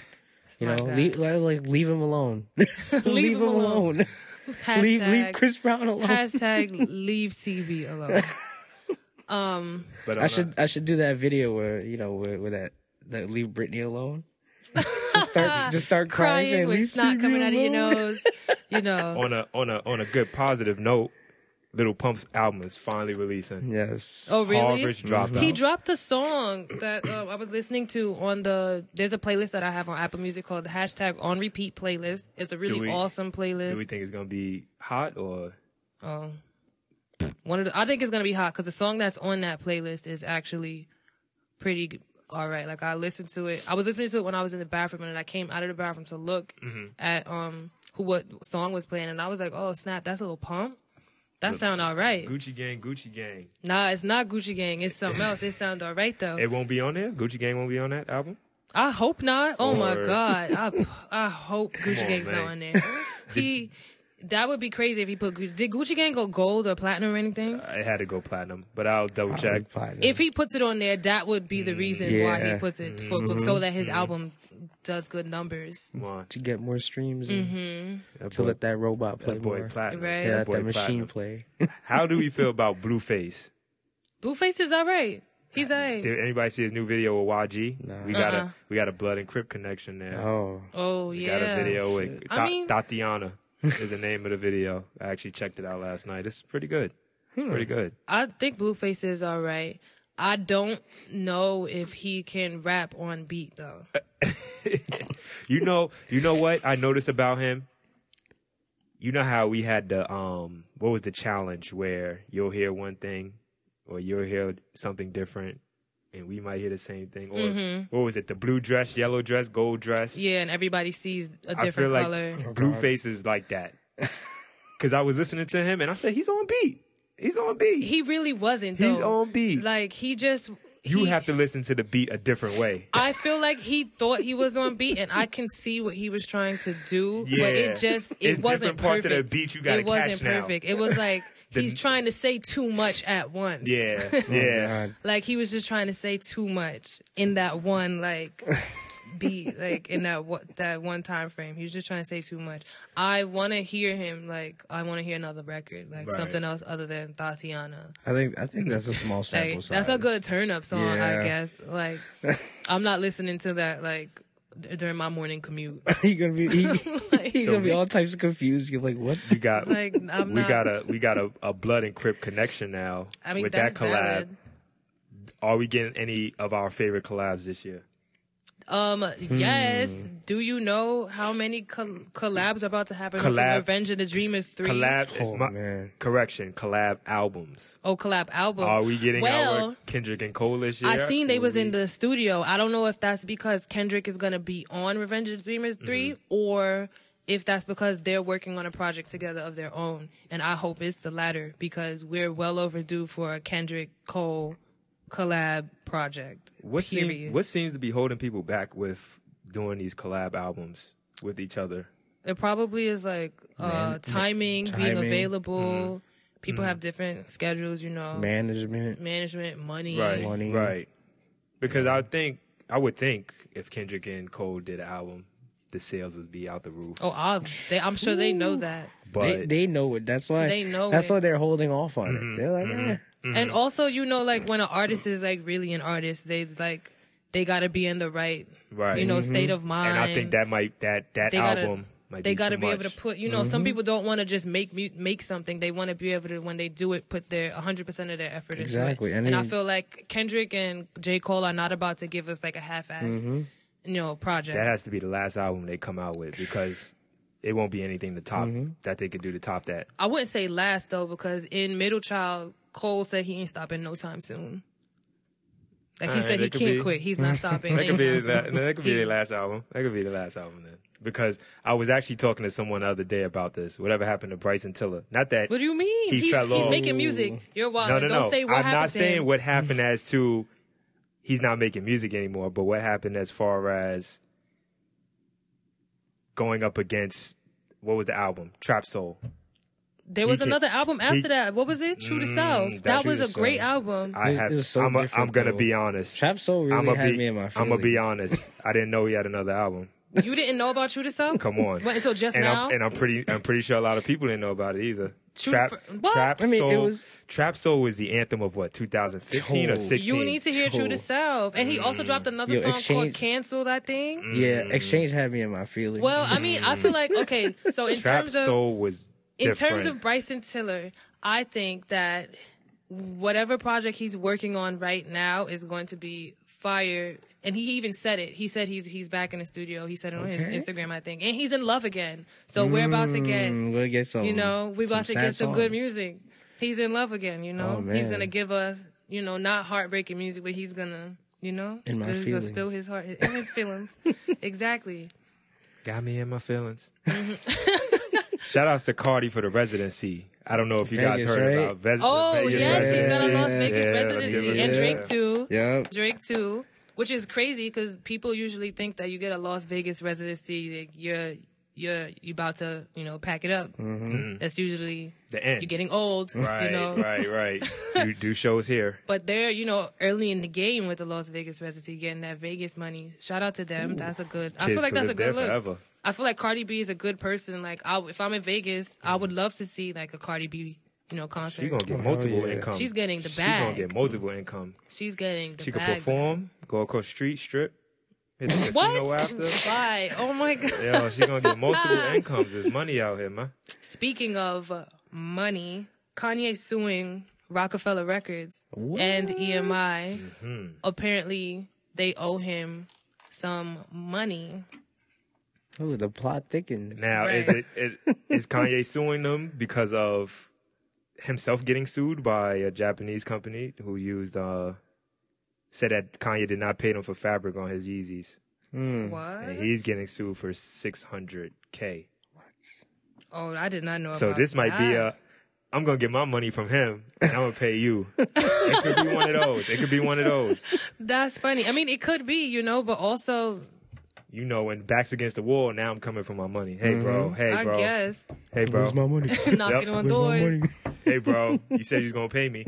C: You know,
A: my guy.
C: leave, like, like leave him alone. *laughs* leave, him alone.
A: hashtag,
C: *laughs* leave leave Chris Brown alone. *laughs*
A: hashtag leave cb alone
B: But on
C: I
B: a-
C: should I should do that video where you know where, where that that leave
B: *laughs*
C: Britney alone. just start just start
A: crying
C: crying, saying, leave
A: with snot
C: CB
A: coming out of your
C: alone." Oh,
A: nose you
C: *laughs*
A: know
B: on a on a on a good positive note, Little Pump's album is finally releasing.
C: Yes.
A: oh really
C: Mm-hmm.
B: Harvard's dropout.
A: he dropped the song that um, I was listening to on the. There's a playlist that I have on Apple Music called the hashtag On Repeat playlist. It's a really
B: we-
A: awesome playlist.
B: Do we think it's gonna be hot or
A: Oh. One of the, I think it's gonna be hot because the song that's on that playlist is actually pretty g- all right. Like I listened to it. I was listening to it when I was in the bathroom, and then I came out of the bathroom to look
B: Mm-hmm.
A: at um who what song was playing, and I was like, oh snap, that's a little pump. That sound all right.
B: Gucci Gang? Gucci Gang.
A: Nah, it's not Gucci Gang. It's something else. It sound all right though.
B: It won't be on there. Gucci Gang won't be on that album.
A: I hope not. Oh my
B: Or- *laughs*
A: god. I I hope Gucci
B: on, *laughs*
A: Gang's not
B: man.
A: on there. he That would be crazy if he put Gucci. Did Gucci Gang go gold or platinum or anything?
B: I had to go platinum, but I'll double check.
A: If he puts it on there, that would be the reason why he
C: Yeah.
A: puts it for
B: Mm-hmm.
A: book so that his album does good numbers.
B: Come on,
C: to get more streams and
B: that
C: to
B: boy,
C: let that robot play
B: Mm-hmm. that boy
C: more.
B: platinum.
A: Right.
C: Yeah,
A: Yeah,
B: That
C: let
B: boy
C: that
B: platinum.
C: machine play.
B: *laughs*
C: *laughs*
B: How do we feel about Blueface?
A: Blueface is all right. He's all right.
B: Did anybody see his new video with YG?
C: Nah.
B: We got
A: Uh-uh.
B: a we got a blood and crip connection there.
C: oh,
A: Oh
B: We
A: yeah.
B: got a video with
A: I
B: Ta-
A: mean-
B: Tatiana is the name of the video. I actually checked it out last night. It's pretty good. It's pretty good.
A: I think Blueface is all right. I don't know if he can rap on beat though.
B: You know, you know what I noticed about him? You know how we had the um what was the challenge where you'll hear one thing or you'll hear something different and we might hear the same thing. Or what was it? The blue dress, yellow dress, gold dress.
A: Mm-hmm. Yeah, and everybody sees a
B: I feel
A: different
B: like
A: color.
C: Oh,
B: Blueface is like
C: *laughs*
B: that. Cause I was listening to him and I said, he's on beat. He's on beat.
A: he really wasn't though.
B: He's on beat.
A: Like he just
B: you
A: he-
B: have to listen to the beat a different
A: *laughs*
B: way.
A: I feel like he thought he was on beat, and I can see what he was trying to do,
B: Yeah.
A: but it just it
B: It's
A: wasn't
B: different parts of
A: perfect.
B: the beat you gotta
A: it wasn't
B: catch now.
A: perfect. It was like
B: *laughs* The-
A: he's trying to say too much at once.
B: Yeah, yeah.
C: Oh, God.
A: like he was just trying to say too much in that one
B: *laughs*
A: like beat, like in that what that one time frame. He was just trying to say too much. I want to hear him. Like I want to hear another record, like
B: Right.
A: something else other than Tatiana.
C: I think I think that's a small sample
A: Like,
C: size.
A: that's a good turn up song, I
C: Yeah.
A: guess. Like,
B: *laughs*
A: I'm not listening to that like d- during my morning commute. *laughs*
C: he's gonna be *laughs*
B: *laughs*
C: he, he's
B: So
C: gonna be
B: we-
C: all types of confused. You're like,
B: *laughs*
C: what?
B: we got
A: Like, I'm
B: we
A: not-
B: got a we got a, a blood and crip connection now.
A: I mean,
B: with
A: that's
B: that collab,
A: valid.
B: are we getting any of our favorite collabs this year?
A: Um, yes.
B: Hmm.
A: Do you know how many col- collabs are about to happen? from
B: Collab-
A: Revenge of the Dreamers three.
B: Collab is
C: Oh,
B: my
C: man.
B: correction. Collab albums.
A: Oh, collab albums.
B: Are we getting
A: well?
B: our Kendrick and Cole this year?
A: I seen they
B: Or
A: was
B: we-
A: in the studio. I don't know if that's because Kendrick is gonna be on Revenge of the Dreamers 3 or if that's because they're working on a project together of their own. And I hope it's the latter because we're well overdue for a Kendrick Cole collab project.
B: What seems
A: Period.
B: what seems to be holding people back with doing these collab albums with each other?
A: It probably is like uh, timing, being
C: timing.
A: available. People have different schedules, you know.
C: Management.
A: Management, money.
C: Money.
B: right. Because I think I would think if Kendrick and Cole did an album, the sales would be out the roof.
A: Oh, i they, I'm sure they know that.
B: But
C: they, they know it. That's why
A: They know
C: That's
A: it.
C: why they're holding off on
B: Mm-hmm.
C: it. They're like, eh.
A: And also, you know, like when an artist is like really an artist, they like they gotta be in the right,
B: right,
A: you know, state of mind.
B: Mm-hmm. and I think that might that that
A: They gotta-
B: album might
A: they
B: be
A: gotta
B: too
A: be
B: much. Mm-hmm.
A: able to put. You know, some people don't want to just make mu- make something. They want to be able to when they do it, put their 100 percent of their effort into
C: Exactly.
A: it.
C: And
A: And I
C: then-
A: feel like Kendrick and J Cole are not about to give us like a half ass, you know, project.
B: Mm-hmm. that has to be the last album they come out with because it won't be anything to top that they could do to top that.
A: I wouldn't say last though, because in Middle Child, Cole said he ain't stopping no time soon. Like he
B: Alright,
A: said, he
B: that could
A: can't
B: be.
A: quit. He's
B: *laughs*
A: not stopping.
B: That could be
A: anytime
B: his, la-
A: soon.
B: that could be the last album. That could be the last album then. Because I was actually talking to someone the other day about this. Whatever happened to Bryson Tiller? Not that
A: What do you mean?
B: He
A: he's
B: fell
A: he's
B: off.
A: making music. You're wild.
B: No, no,
A: Don't
B: no.
A: say what
B: I'm
A: happened.
B: not
A: to
B: saying
A: him.
B: what happened as to he's not making music anymore, but what happened as far as going up against what was the album? Trap Soul.
A: There was
B: can-
A: another album after
B: he- Mm,
A: that. What was it? True to Self.
B: that's
A: That
B: True
A: was
B: to
A: a great
C: Self.
A: album.
B: I
C: It-
B: have.
C: it was so
B: I'm, a, I'm
C: different,
B: gonna
C: though.
B: be honest.
C: Trap Soul really
B: I'm gonna
C: had
B: be.
C: me in my
B: I'm gonna be
C: feelings.
B: honest. I didn't know he had another album.
A: You didn't know about True to Self?
B: Come on.
A: What, so just
B: and
A: now?
B: I'm, and I'm pretty. I'm pretty sure a lot of people didn't know about it either.
A: True
B: Trap,
A: for- what?
B: Trap
C: I mean,
B: Soul.
C: it was-
B: Trap Soul was the anthem of what 2015 or
C: Told.
B: 16.
A: you need to hear True to
C: Sure.
A: Self. And he
B: mm.
A: also dropped another
C: Yo,
A: song called
C: Exchange-
A: Cancel, I think.
C: Yeah, Exchange had me in my feelings.
A: Well, I mean, I feel like, okay, so in
B: Trap
A: terms of.
B: Soul was.
A: in
B: different.
A: terms of Bryson Tiller, I think that whatever project he's working on right now is going to be fire. And he even said it. He said he's he's back in the studio. He said it on
C: Okay.
A: his Instagram, I think. And he's in love again. So we're about to get,
C: Mm, we'll get some.
A: you know, we're about to
C: sad
A: get some good
C: songs.
A: music. He's in love again, you know.
C: Oh,
A: he's
C: man.
A: gonna give us, you know, not heartbreaking music, but he's gonna, you know,
C: In my
A: spill, he's gonna
C: feelings.
A: spill his heart in his
C: *laughs*
A: feelings. exactly.
B: Got me in my feelings.
A: Mm-hmm. *laughs*
B: Shout outs to Cardi for the residency. I don't know if you guys
C: Vegas,
B: heard
C: right?
B: about Ves-
A: Oh
B: Vegas
A: yeah, she's got a
B: residency.
C: Yeah,
A: Las Vegas
B: yeah, let's give
A: residency
B: her-
A: and
B: yeah.
A: Drake too.
C: Yep.
A: Drake too, which is crazy because people usually think that you get a Las Vegas residency, like you're you're you about to you know pack it up.
B: Mm-hmm.
A: That's usually
B: The end.
A: you're getting old.
B: right,
A: you know.
B: right, right,
A: *laughs*
B: Do do shows here.
A: But they're, you know, early in the game with the Las Vegas residency, getting that Vegas money. Shout out to them. That's a good. I
B: Kids
A: feel like
B: could
A: that's a
B: live there
A: good look.
B: forever.
A: I feel like Cardi B is a good person. Like, I, if I'm in Vegas, I would love to see like a Cardi B, you know, concert.
B: She gonna get
C: hell
B: multiple
C: Oh, yeah.
B: income.
A: She's getting the
B: She gonna
A: bag.
B: get multiple income.
A: She's getting the
B: She could
A: bag.
B: perform, go across street, strip, hit the casino
A: What? *laughs*
B: after.
A: Bye. Oh my
B: *laughs*
A: god.
B: Yo, she gonna
A: *laughs*
B: get multiple incomes. There's money out here, man.
A: Speaking of money, Kanye suing Rockefeller Records and EMI.
B: Mm-hmm.
A: Apparently, they owe him some money.
C: Ooh, the plot thickens.
B: Now is
A: Right.
B: it is, is Kanye suing them because of himself getting sued by a Japanese company who used uh said that Kanye did not pay them for fabric on his Yeezys,
A: What?
B: and he's getting sued for six hundred k.
A: Oh, I did not know.
B: So
A: about
B: this might be
A: that.
B: a. I'm gonna get my money from him, and I'm gonna pay you. it could be one of those. It could be one of those.
A: That's funny. I mean, it could be, you know, but also,
B: You know, when backs against the wall, now I'm coming for my money. Hey, bro. Hey,
A: I
B: bro.
A: guess
B: Hey, bro.
A: *laughs*
C: money?
A: knocking
B: *laughs* Yep.
A: on doors
B: hey, bro. You said you was gonna pay me.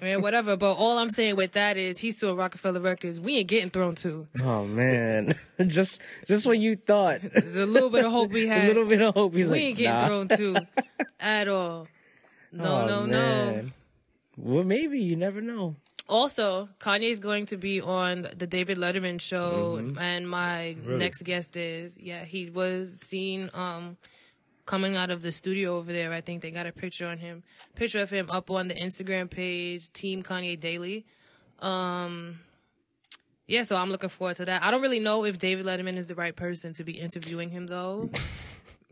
A: and whatever. But all I'm saying with that is, he sued Rockefeller Records. We ain't getting thrown to
C: Oh man, *laughs* just just when you
A: *laughs*
C: thought
A: the little bit of hope
B: *laughs*
A: we
C: *laughs* a
A: had.
C: little bit of hope, he's
A: we
C: like,
A: ain't getting
C: nah.
A: thrown
C: *laughs*
A: to at all. No,
C: Oh,
A: no, no.
C: man. Well, maybe you never know.
A: Also, Kanye's going to be on the David Letterman show, and my next guest is yeah, he was seen um coming out of the studio over there. I think they got a picture on him, picture of him up on the Instagram page, Team Kanye Daily. Um, yeah, so I'm looking forward to that. I don't really know if David Letterman is the right person to be interviewing him though.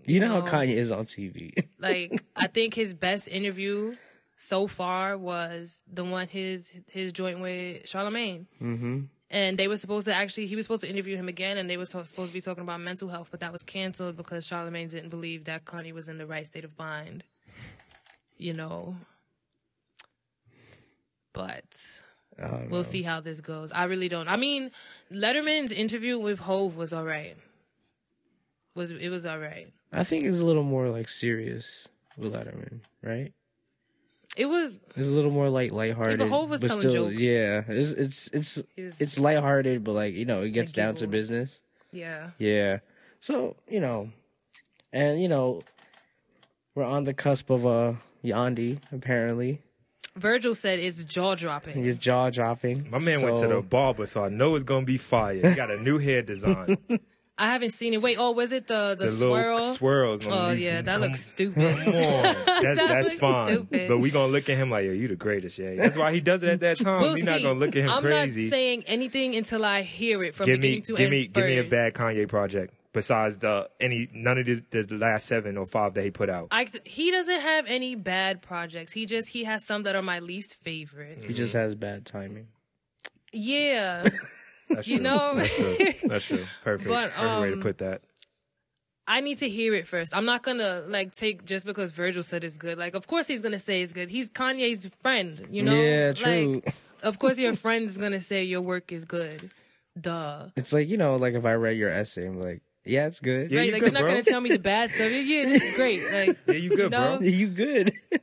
C: You know
A: No.
C: how Kanye is on TV.
A: like I think his best interview so far was the one his his joint with Charlemagne. Mm-hmm. And they were supposed to actually he was supposed to interview him again, and they were so- supposed to be talking about mental health, but that was canceled because Charlemagne didn't believe that Kanye was in the right state of mind. You know. But
C: *laughs* Um,
A: we'll see how this goes. I really don't. I mean, Letterman's interview with Hove was all right. Was it was all right.
C: I think it's a little more like serious with Letterman, right?
A: It was
C: It's a little more like lighthearted.
A: Yeah, but Hov was
C: but
A: telling
C: still,
A: jokes.
C: Yeah, it's it's it's
A: He was-
C: it's lighthearted, but like you know, it gets
A: Like
C: down to
A: giggles.
C: business.
A: yeah.
C: Yeah. So you know, and you know, we're on the cusp of a Yandi apparently.
A: Virgil said it's jaw dropping.
C: He's jaw dropping.
B: My man went to the barber, so I know it's gonna be fire. He got a new hair design. the
A: I haven't seen it. Wait, oh, was it the the,
B: little
A: swirl?
B: swirls. on
A: Oh
B: these-
A: yeah, that looks
B: Come
A: *laughs* stupid.
B: on. That's, that's
A: looks
B: fine.
A: stupid.
B: But we gonna look at him like, yo, you the greatest, yeah. That's why he does it at that time.
A: We'll
B: we not
A: see.
B: gonna look at him
A: I'm
B: crazy.
A: not saying anything until I hear it from
B: give me,
A: beginning to
B: give
A: end.
B: me, give me a
A: first.
B: bad Kanye project besides the any none of the, the last seven or five that he put out.
A: I, he doesn't have any bad projects. He just he has some that are my least favorites.
C: He just has bad timing.
A: Yeah,
B: That's
A: you
B: true.
A: know.
B: that's true.
A: *laughs*
B: That's true. Perfect.
A: But,
B: Perfect way to
A: um,
B: put that.
A: I need to hear it first. I'm not gonna like take just because Virgil said it's good. Like, of course he's gonna say it's good. He's Kanye's friend, you know.
C: Yeah, true.
A: Like, of course your friend's gonna say your work is good. Duh.
C: It's like you know, like if I read your essay, I'm like, yeah, it's good.
B: Yeah,
A: right?
B: you
A: like
B: good,
A: you're not
B: bro.
A: gonna tell me the bad stuff. Yeah, Yeah, this is great. Like, *laughs*
B: Yeah, you good,
A: know?
B: bro.
C: *laughs* you good.
A: *laughs*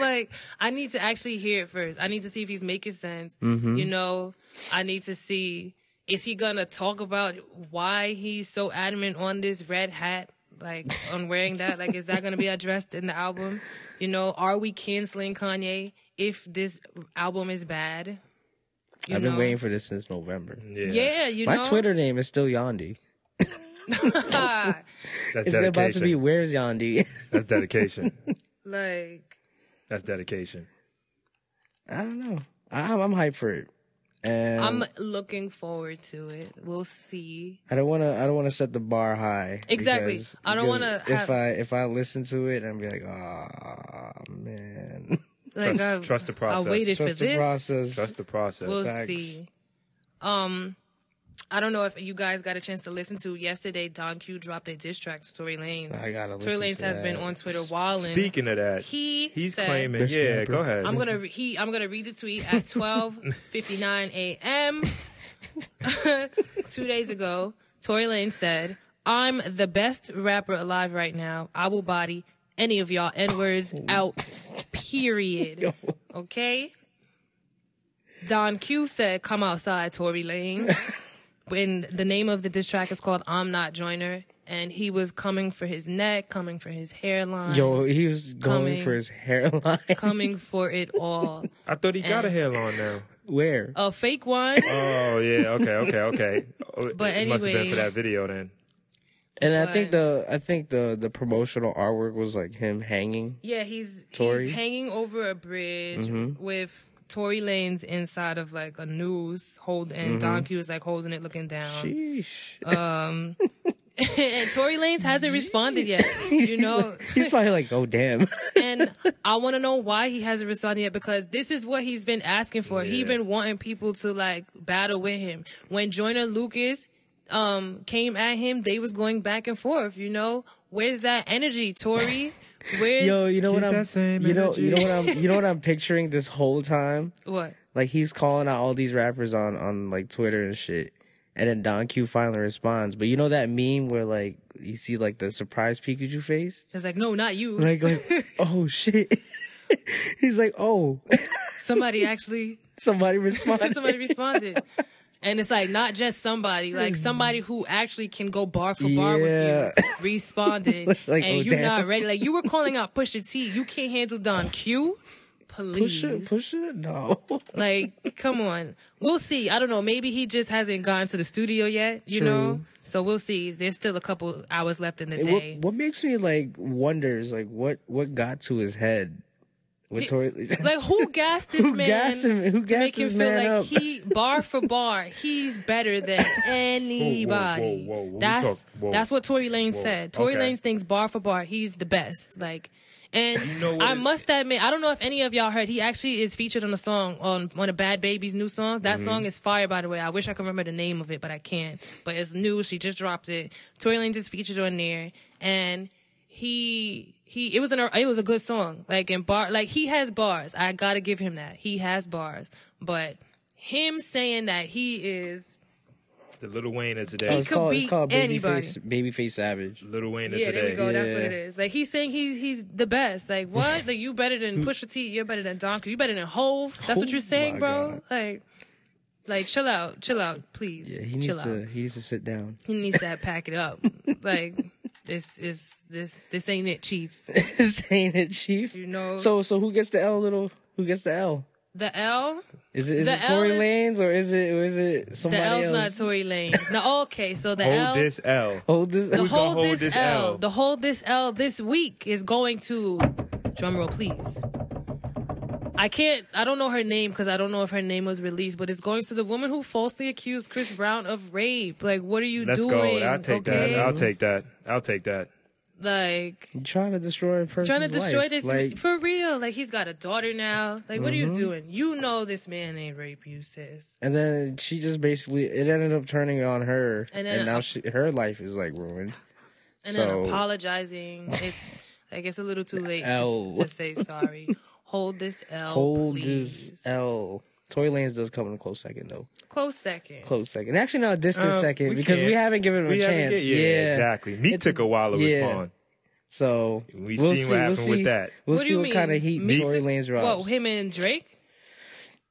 A: like I need to actually hear it first. I need to see if he's making sense.
C: Mm-hmm.
A: You know, I need to see is he gonna talk about why he's so adamant on this red hat, like on wearing that? Like, is that gonna be addressed in the album? You know, are we canceling Kanye if this album is bad? You
C: *laughs* I've been
A: know?
C: waiting for this since November.
B: Yeah.
A: Yeah, you
C: My
A: know,
C: Twitter name is still Yandi. *laughs*
B: That's
C: It's about to
B: dedication.
C: *laughs* be Where's Yandi?
B: That's dedication.
A: like
B: That's dedication.
C: I don't know. I, I'm, I'm hyped for it, and I'm,
A: I'm looking forward to it. We'll see.
C: I don't want to. I don't want to set the bar high.
A: Exactly.
C: because-
A: I don't
C: because
A: wanna
C: If
A: have-
C: I if I listen to it, I'm be like, oh man,
A: Like
B: Trust-
A: I,
B: trust the process.
A: I waited *laughs*
C: trust
A: for
C: the
A: this.
C: process.
B: Trust the process.
A: We'll
C: Facts.
A: see. Um, I don't know if you guys got a chance to listen to yesterday. Don Q dropped a diss track to Tory Lanez.
C: I gotta
A: Tory
C: listen
A: Lanez
C: to
A: has
C: that.
A: been on Twitter wilding.
B: Speaking of that,
A: he
B: he's
A: said-
B: claiming.
C: Best
B: Yeah,
C: rapper.
B: go ahead.
A: I'm
C: *laughs*
A: gonna re- he I'm gonna read the tweet at
C: *laughs*
A: 12:59 a.m. Two days ago, Tory Lane said, I'm the best rapper alive right now. I will body any of y'all N words out, period. Okay? Don Q said, Come outside, Tory Lane.
C: *laughs*
A: when the name of the diss track is called I'm Not Joiner. And he was coming for his neck, coming for his hairline,
C: *laughs* Yo, he was going
A: Coming.
C: for his hairline.
A: coming for it all.
B: I thought he got a hairline now.
C: *laughs* Where?
A: A fake one.
C: Uh,
B: Oh yeah, okay, okay, okay. Oh,
A: *laughs*
B: it-
A: But
B: it must have been for
A: anyways-
B: that video then.
C: and I think the I think the the promotional artwork was like him hanging.
A: Yeah, he's
C: Tory? Mm-hmm.
A: he's hanging over a bridge with Tory Lane's inside of like a noose hold, and
C: Mm-hmm.
A: Don Q is like holding it, looking down.
C: Sheesh.
A: *laughs* Uh, and Tory Lane's
C: *laughs*
A: hasn't responded yet, you know.
C: He's probably like, oh damn. *laughs*
A: and I want to know why he hasn't responded yet because this is what he's been asking for. He's
B: Yeah.
A: been wanting people to like battle with him. When Joyner Lucas um came at him, they was going back and forth. You know, where's that energy, Tory?
C: *laughs*
A: Where's
C: Yo, you know
B: Keep
C: what I'm
B: that same
C: you know you know
B: energy.
C: what I'm you know what I'm picturing this whole time?
A: what?
C: Like he's calling out all these rappers on on like Twitter and shit. And then Don Q finally responds. But you know that meme where like you see like the surprise Pikachu face?
A: It's like, no, not you. *laughs*
C: Like like oh shit. *laughs* He's like, oh, *laughs*
A: Somebody actually *laughs*
C: somebody responded. *laughs*
A: somebody responded. And it's like not just somebody, like somebody who actually can go bar for bar *laughs*
C: Yeah.
A: with you responded.
C: *laughs* Like,
A: and
C: oh,
A: you're
C: damn.
A: not ready. Like
C: *laughs*
A: you were calling out Pusha T. You can't handle Don Q. Please.
C: Push it, push it. No, *laughs*
A: Like, come on. We'll see. I don't know. Maybe he just hasn't gone to the studio yet, you
C: True.
A: know? So we'll see. There's still a couple hours left in the
C: And
A: day.
C: What, what makes me like wonders like what what got to his head with Tory? *laughs*
A: Like who gassed this
C: Who
A: man?
C: gassed him?
A: to
C: Who
A: make
C: gassed
A: him feel
C: this man
A: like
C: up?
A: he bar for bar, he's better than anybody.
B: whoa, whoa, whoa. We
A: That's
B: talk- whoa.
A: that's what Tory Lane said. Tory
B: Okay.
A: Lanez thinks bar for bar, he's the best. Like, and
B: know what
A: I
B: it-
A: must admit, I don't know if any of y'all heard. He actually is featured on a song on one of Bad Baby's new songs. That
B: Mm-hmm.
A: song is fire, by the way. I wish I could remember the name of it, but I can't. But it's new. She just dropped it. Tory Lanez is featured on there, and he he it was an it was a good song like in bar like he has bars i gotta give him that he has bars but him saying that he is
B: The Little Wayne is
C: Oh,
B: today.
A: could beat anybody.
C: Babyface, Babyface Savage.
B: Little Wayne is
A: yeah
B: today.
A: there we go that's what
C: Yeah.
A: it is like he's saying he's he's the best
C: *laughs*
A: like what like you better than Pusha T you're better than Donkey you better than Hove that's what
C: Oh
A: you're saying
C: my
A: bro
C: God.
A: like like chill out chill out please
C: Yeah, he
A: chill
C: needs
A: out
C: to he needs to sit down.
A: he needs to pack it
C: *laughs*
A: up like this is this this ain't it chief
C: *laughs* Saying it, Chief.
A: You know-
C: So so who gets the L? Little who gets the L?
A: the L
C: Is it is
A: The
C: it Tory
A: L is-
C: Lanez or is it or is it
A: the
C: somebody
A: L's
C: else?
A: not Tory Lane no okay so the L
B: Hold this L.
C: Hold this.
A: The
B: gonna
A: whole
B: hold
A: this,
B: this
A: L,
B: L?
A: The whole this L this week is going to drum roll, please. I can't. I don't know her name because I don't know if her name was released, but it's going to the woman who falsely accused Chris Brown of rape. Like, what are you
B: Let's
A: doing?
B: go. I'll take
A: okay?
B: that. I'll take that. I'll take that.
A: like
C: You're trying to destroy a person.
A: trying to destroy
C: life.
A: this
C: Like, Mm-hmm.
A: for real. Like he's got a daughter now. Like, what are you doing? You know this man ain't rape you, sis.
C: and then she just basically it ended up turning on her,
A: And
C: and,
A: then-
C: now she, her life is like ruined.
A: And
C: so
A: then apologizing. It's like it's a little too late to,
C: L.
A: to say
C: *laughs*
A: sorry. Hold this L.
C: hold
A: Oh, please.
C: this L. Tory Lanez does come in a close second though.
A: Close second.
C: Close second. Actually, no, a distant
B: Uh,
C: second
B: we
C: because we
B: can't.
C: haven't given him
B: We
C: a
B: haven't
C: chance.
B: get- yeah, exactly. Meek
C: It's-
B: took a while to
C: yeah.
B: respond.
C: So
B: We seen
C: we'll see.
B: what
C: we'll
B: happened
C: see.
B: with that.
C: We'll
A: What do
C: see
A: you
C: what
A: mean?
C: kind of heat
A: Meek-
C: Tory Lanez
A: Whoa,
C: drops.
A: him and Drake?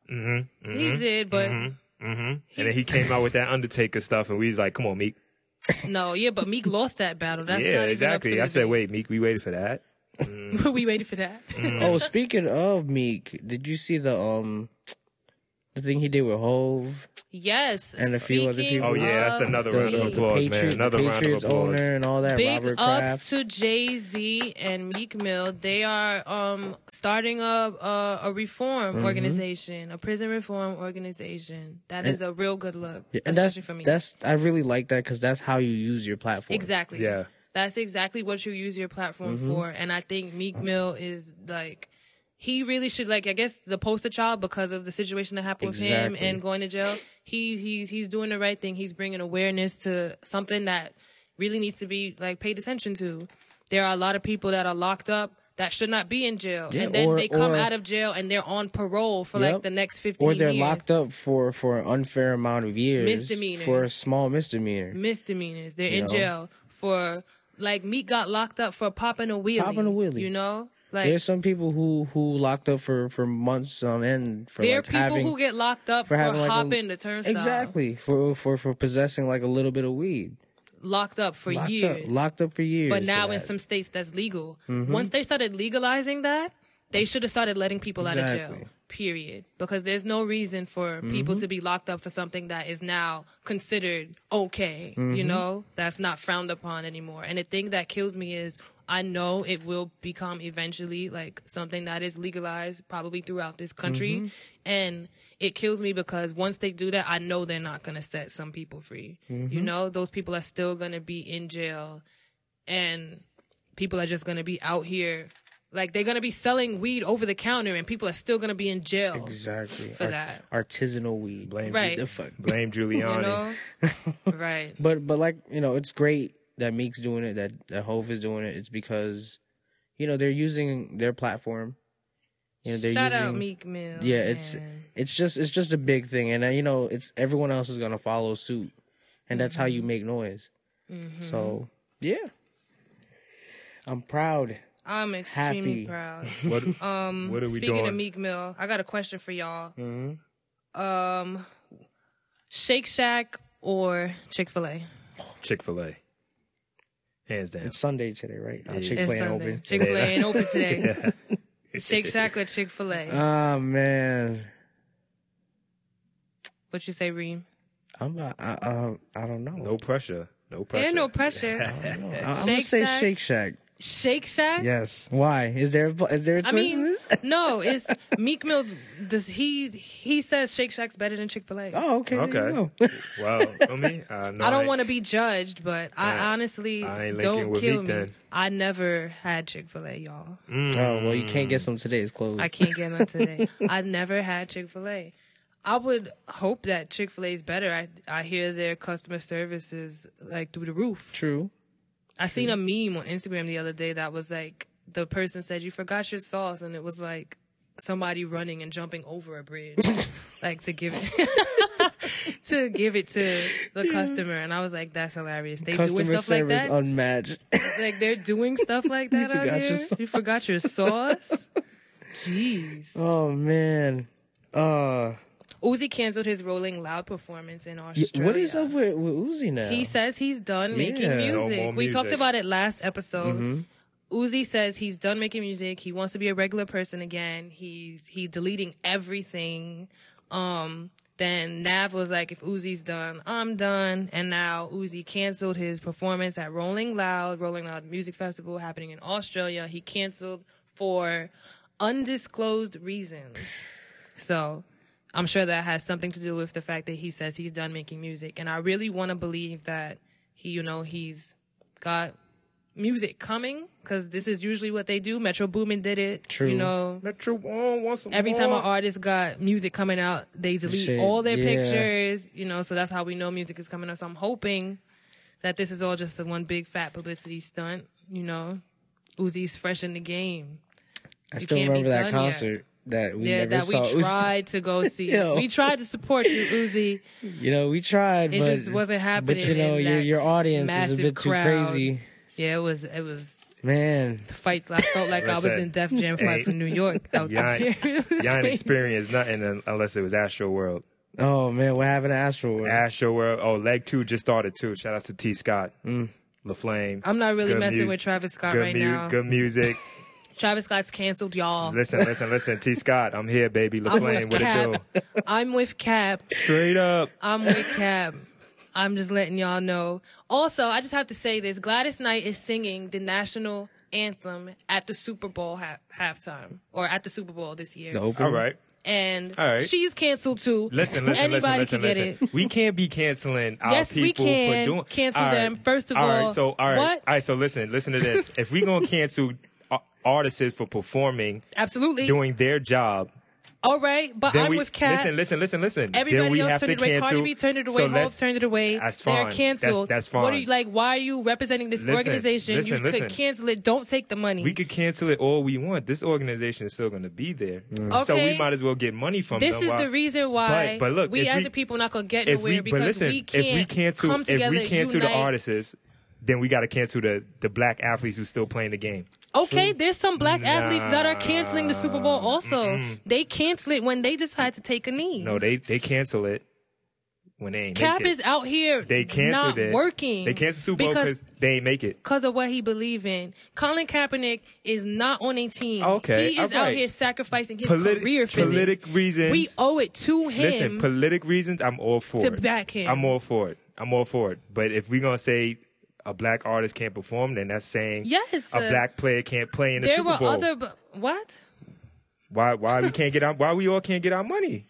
A: Mm-hmm. He did, but
B: Mm-hmm. And then he came out with that Undertaker stuff, and we was like, "Come on, Meek."
A: no, yeah, but Meek lost that battle. That's
B: yeah,
A: not even
B: exactly. I
A: Up for
B: said, "Wait, Mm-hmm. Meek, we waited for that."
A: wait. *laughs* we waited for that.
C: Oh, speaking of Meek, did you see the um the thing he did with Hove?
A: *laughs* yes.
C: And a few other
A: speaking
C: people.
B: Oh yeah, that's
A: of
B: another
C: The, uh,
B: round of
C: the
B: applause, man.
C: Patriot-
B: Another
C: the
B: round of
C: Patriots
B: applause.
C: owner and all that.
A: Big
C: Robert
A: ups
C: Kraft.
A: to Jay Z and Meek Mill. They are um, starting a a, a reform
C: Mm-hmm.
A: organization, a prison reform organization. That is a real good look,
C: Yeah, and that's
A: especially for me.
C: that's I really like that because that's how you use your platform. Mm-hmm.
A: Exactly.
B: Yeah.
A: That's exactly what you use your platform for. And I think Meek Mill is like, he really should like, I guess the poster child because of the situation that happened with him
C: Exactly.
A: and going to jail. He, he's, he's doing the right thing. He's bringing awareness to something that really needs to be like paid attention to. There are a lot of people that are locked up that should not be in jail.
C: Yeah,
A: and then
C: or-
A: they come
C: or-
A: out of jail and they're on parole for like
C: Yep.
A: the next 15
C: Or they're
A: years.
C: locked up for for an unfair amount of years
A: Misdemeanors.
C: for a small misdemeanor.
A: misdemeanors. They're in
C: know?
A: jail for like Meek got locked up for popping a wheelie.
C: Popping a wheelie.
A: You know? Like
C: There's some people who who locked up for for months on end for
A: there are
C: like
A: people
C: having
A: who get locked up
C: for
A: for,
C: having, like, a-
A: hopping the turnstile.
C: exactly for for for possessing like a little bit of weed.
A: Locked up for
C: locked
A: years.
C: up, locked up for years.
A: but
C: for
A: now in
C: that. Mm-hmm.
A: some states that's legal. Once they started legalizing that, they should have started letting people out of jail.
C: Exactly.
A: Period. Because there's no reason for people to be locked up for something that is now considered okay. You know, that's not frowned upon anymore. And the thing that kills me is I know it will become eventually like something that is legalized probably throughout this country. And it kills me because once they do that, I know they're not going to set some people free. You know, those people are still going to be in jail and people are just gonna be out here like they're gonna be selling weed over the counter and people are still gonna be in jail
C: exactly
A: for that.
C: artisanal weed.
B: Blame,
A: Right.
C: The fuck.
B: blame Giuliani.
A: *laughs* you
B: *laughs*
A: know right
C: *laughs* But but like you know, it's great that Meek's doing it, that that Hove is doing it. It's because you know they're using their platform. You know, they're
A: shout
C: using,
A: out meek mill
C: Yeah, it's
A: man.
C: it's just it's just a big thing, and uh, you know it's everyone else is gonna follow suit, and that's how you
A: Mm-hmm.
C: make noise. So yeah, I'm proud.
A: i'm extremely
C: happy. *laughs*
A: proud *laughs*
B: What,
A: um
B: What are we
A: speaking of
B: doing? Mm-hmm.
A: meek mill i got a question for y'all um shake shack or chick-fil-a
B: Chick Fil A, hands down.
C: It's Sunday today, right? Uh, Chick
A: It's
C: Fil A
A: Sunday.
C: open.
A: chick-fil-a ain't
C: *laughs*
A: open today shake shack or chick-fil-a
C: Oh man,
A: what you say reem
C: I'm not, I, I I don't know.
B: *laughs* no pressure. No pressure.
A: ain't no pressure
B: *laughs*
C: I, am gonna
A: Shake
C: say
A: Shack?
C: Shake Shack.
A: shake shack
C: Yes. Why? Is there a, is there a
A: I
C: twist in
A: mean,
C: *laughs* this?
A: no, it's Meek Mill. Does he? He says Shake Shack's better than Chick Fil A.
C: Oh, okay. there you
B: Okay. *laughs*
C: go.
B: Wow.
A: *laughs*
B: I mean, uh, no,
A: I don't want to be judged, but I
B: Nah,
A: honestly
B: I ain't linking
A: don't
B: with
A: kill
B: Meek
A: me.
B: then.
A: I never had Chick Fil A, y'all.
C: Oh well, you can't get some today. It's closed.
B: Mm.
A: I can't get none
B: *laughs*
A: today. I never had Chick Fil A. I would hope that Chick Fil A is better. I I hear their customer service is like through the roof.
C: True.
A: I seen a meme on Instagram the other day that was like the person said you forgot your sauce and it was like somebody running and jumping over a
C: *laughs*
A: bridge like to give it *laughs* to give it to the customer and I was like that's hilarious. They doing
C: Customer
A: stuff like
C: service
A: that.
C: unmatched. *laughs*
A: like they're doing stuff like that out
C: forgot your
A: here. You forgot your
C: *laughs*
A: sauce? Jeez.
C: oh man. Uh,
A: Uzi canceled his Rolling Loud performance in
C: y-
A: Australia.
C: what is up with, with Uzi now?
A: He says he's done making
C: Yeah. No
A: music.
B: more
A: We talked
B: music.
A: about it last episode. Uzi says he's done making music. He wants to be a regular person again. He's he deleting everything. Um then Nav was like, if Uzi's done, I'm done. And now Uzi canceled his performance at Rolling Loud, Rolling Loud Music Festival happening in Australia. He canceled for undisclosed reasons. So I'm sure that has something to do with the fact that he says he's done making music. And I really want to believe that he, you know, he's got music coming because this is usually what they do. Metro Boomin did it.
C: True.
A: You know,
B: Metro One wants some
A: every
B: more.
A: time an artist got music coming out, they delete
C: Shit,
A: all their
C: yeah.
A: pictures, you know, so that's how we know music is coming out. So I'm hoping that this is all just a one big fat publicity stunt, you know. Uzi's fresh in the game.
C: I still
A: can't be
C: remember that
A: done yet.
C: concert that we
A: Yeah,
C: never
A: that
C: saw. It
A: we
C: was-
A: tried to
C: *laughs*
A: go see.
C: Yo.
A: We tried to support you, Uzi.
C: You know, we tried,
A: It
C: but
A: just wasn't
C: But you
A: happening
C: know,
A: in
C: your
A: that
C: your audience is
A: massive
C: a bit too
A: crowd.
C: crazy,
A: Yeah, it was it was
C: man.
A: fights. I felt like I was
B: Listen,
A: in Def Jam fight
B: ain't-
A: from New York out
B: Y'all,
A: there. *laughs* It was
B: y'all ain't
A: crazy.
B: experienced nothing un- unless it was Astro World.
C: Oh man, what happened to Astro World?
B: Astro World. Oh, leg two just started too. Shout out to T. Scott, mm. LaFlame.
A: I'm not really
B: Good
A: messing
B: mus-
A: with Travis Scott
B: good
A: right
B: mu-
A: now. *laughs*
B: Good music.
A: Travis Scott's canceled, y'all.
B: listen, listen, listen. T. Scott, I'm here, baby.
A: I'm
B: LaFlame,
A: with
B: what it
A: Cap.
B: do?
A: I'm with Cap.
B: Straight up.
A: I'm with Cap. I'm just letting y'all know. Also, I just have to say this: Gladys Knight is singing the national anthem at the Super Bowl ha- halftime, or at the Super Bowl this year.
C: The opener?
B: All right.
A: And
B: All right.
A: she's canceled too.
B: Listen, listen,
A: Anybody
B: listen, listen,
A: can get
B: listen.
A: it.
B: We can't be canceling our
A: Yes, we
B: people
A: can.
B: for doing
A: Cancel
B: All right.
A: them. First of
B: all
A: all,
B: right, so all right,
A: what?
B: all right. So listen, listen to this. if we gonna cancel a- artists for performing,
A: Absolutely.
B: doing their job,
A: All right, but
B: then
A: I'm
B: we
A: with Cat.
B: listen, listen, listen, listen. Then
A: Everybody
B: we
A: else
B: have
A: turned
B: to
A: it away.
B: cancel.
A: Cardi B turned it
B: So
A: away. Hove
B: let's-
A: turned it away.
B: That's
A: They're
B: fine.
A: canceled.
B: That's- that's
A: What are
B: fine.
A: you like? Why are you representing this
B: Listen,
A: organization? you
B: listen,
A: could
B: listen.
A: cancel it. Don't take the money.
B: We could cancel it all we want. This organization is still going to be there, so
A: Mm. Okay.
B: we might as well get money from
A: this
B: them.
A: is
B: while-
A: the reason why
B: But- but look,
A: we
B: if
A: as
B: we-
A: a people not gonna get
B: If
A: nowhere
B: we, but
A: because
B: listen,
A: we can't
B: if we cancel,
A: come together.
B: if we cancel
A: unite.
B: the artists, then we got to cancel the the black athletes who's still playing the game.
A: Okay, there's some black athletes that are canceling the Super Bowl. Also, they cancel it when they decide to take a knee.
B: No, they they cancel it when they ain't
A: Cap
B: make it.
A: is out here.
B: they
A: not
B: canceled it.
A: working.
B: They canceled Super Bowl
A: because
B: because they ain't make it.
A: because of what he believe in. Colin Kaepernick is not on a team.
B: Okay,
A: he is
B: all
A: out
B: right.
A: here sacrificing his
B: Politi-
A: career for this.
B: politic reasons.
A: We owe it to him.
B: Listen, politic reasons, I'm all for
A: To
B: it.
A: back him.
B: I'm all for it. I'm all for it. But if we're gonna say a black artist can't perform, then that's saying
A: Yes,
B: a
A: uh,
B: black player can't play in the
A: there
B: Super
A: were
B: Bowl.
A: other bu- what?
B: Why? Why we can't get our? Why we all can't get our money?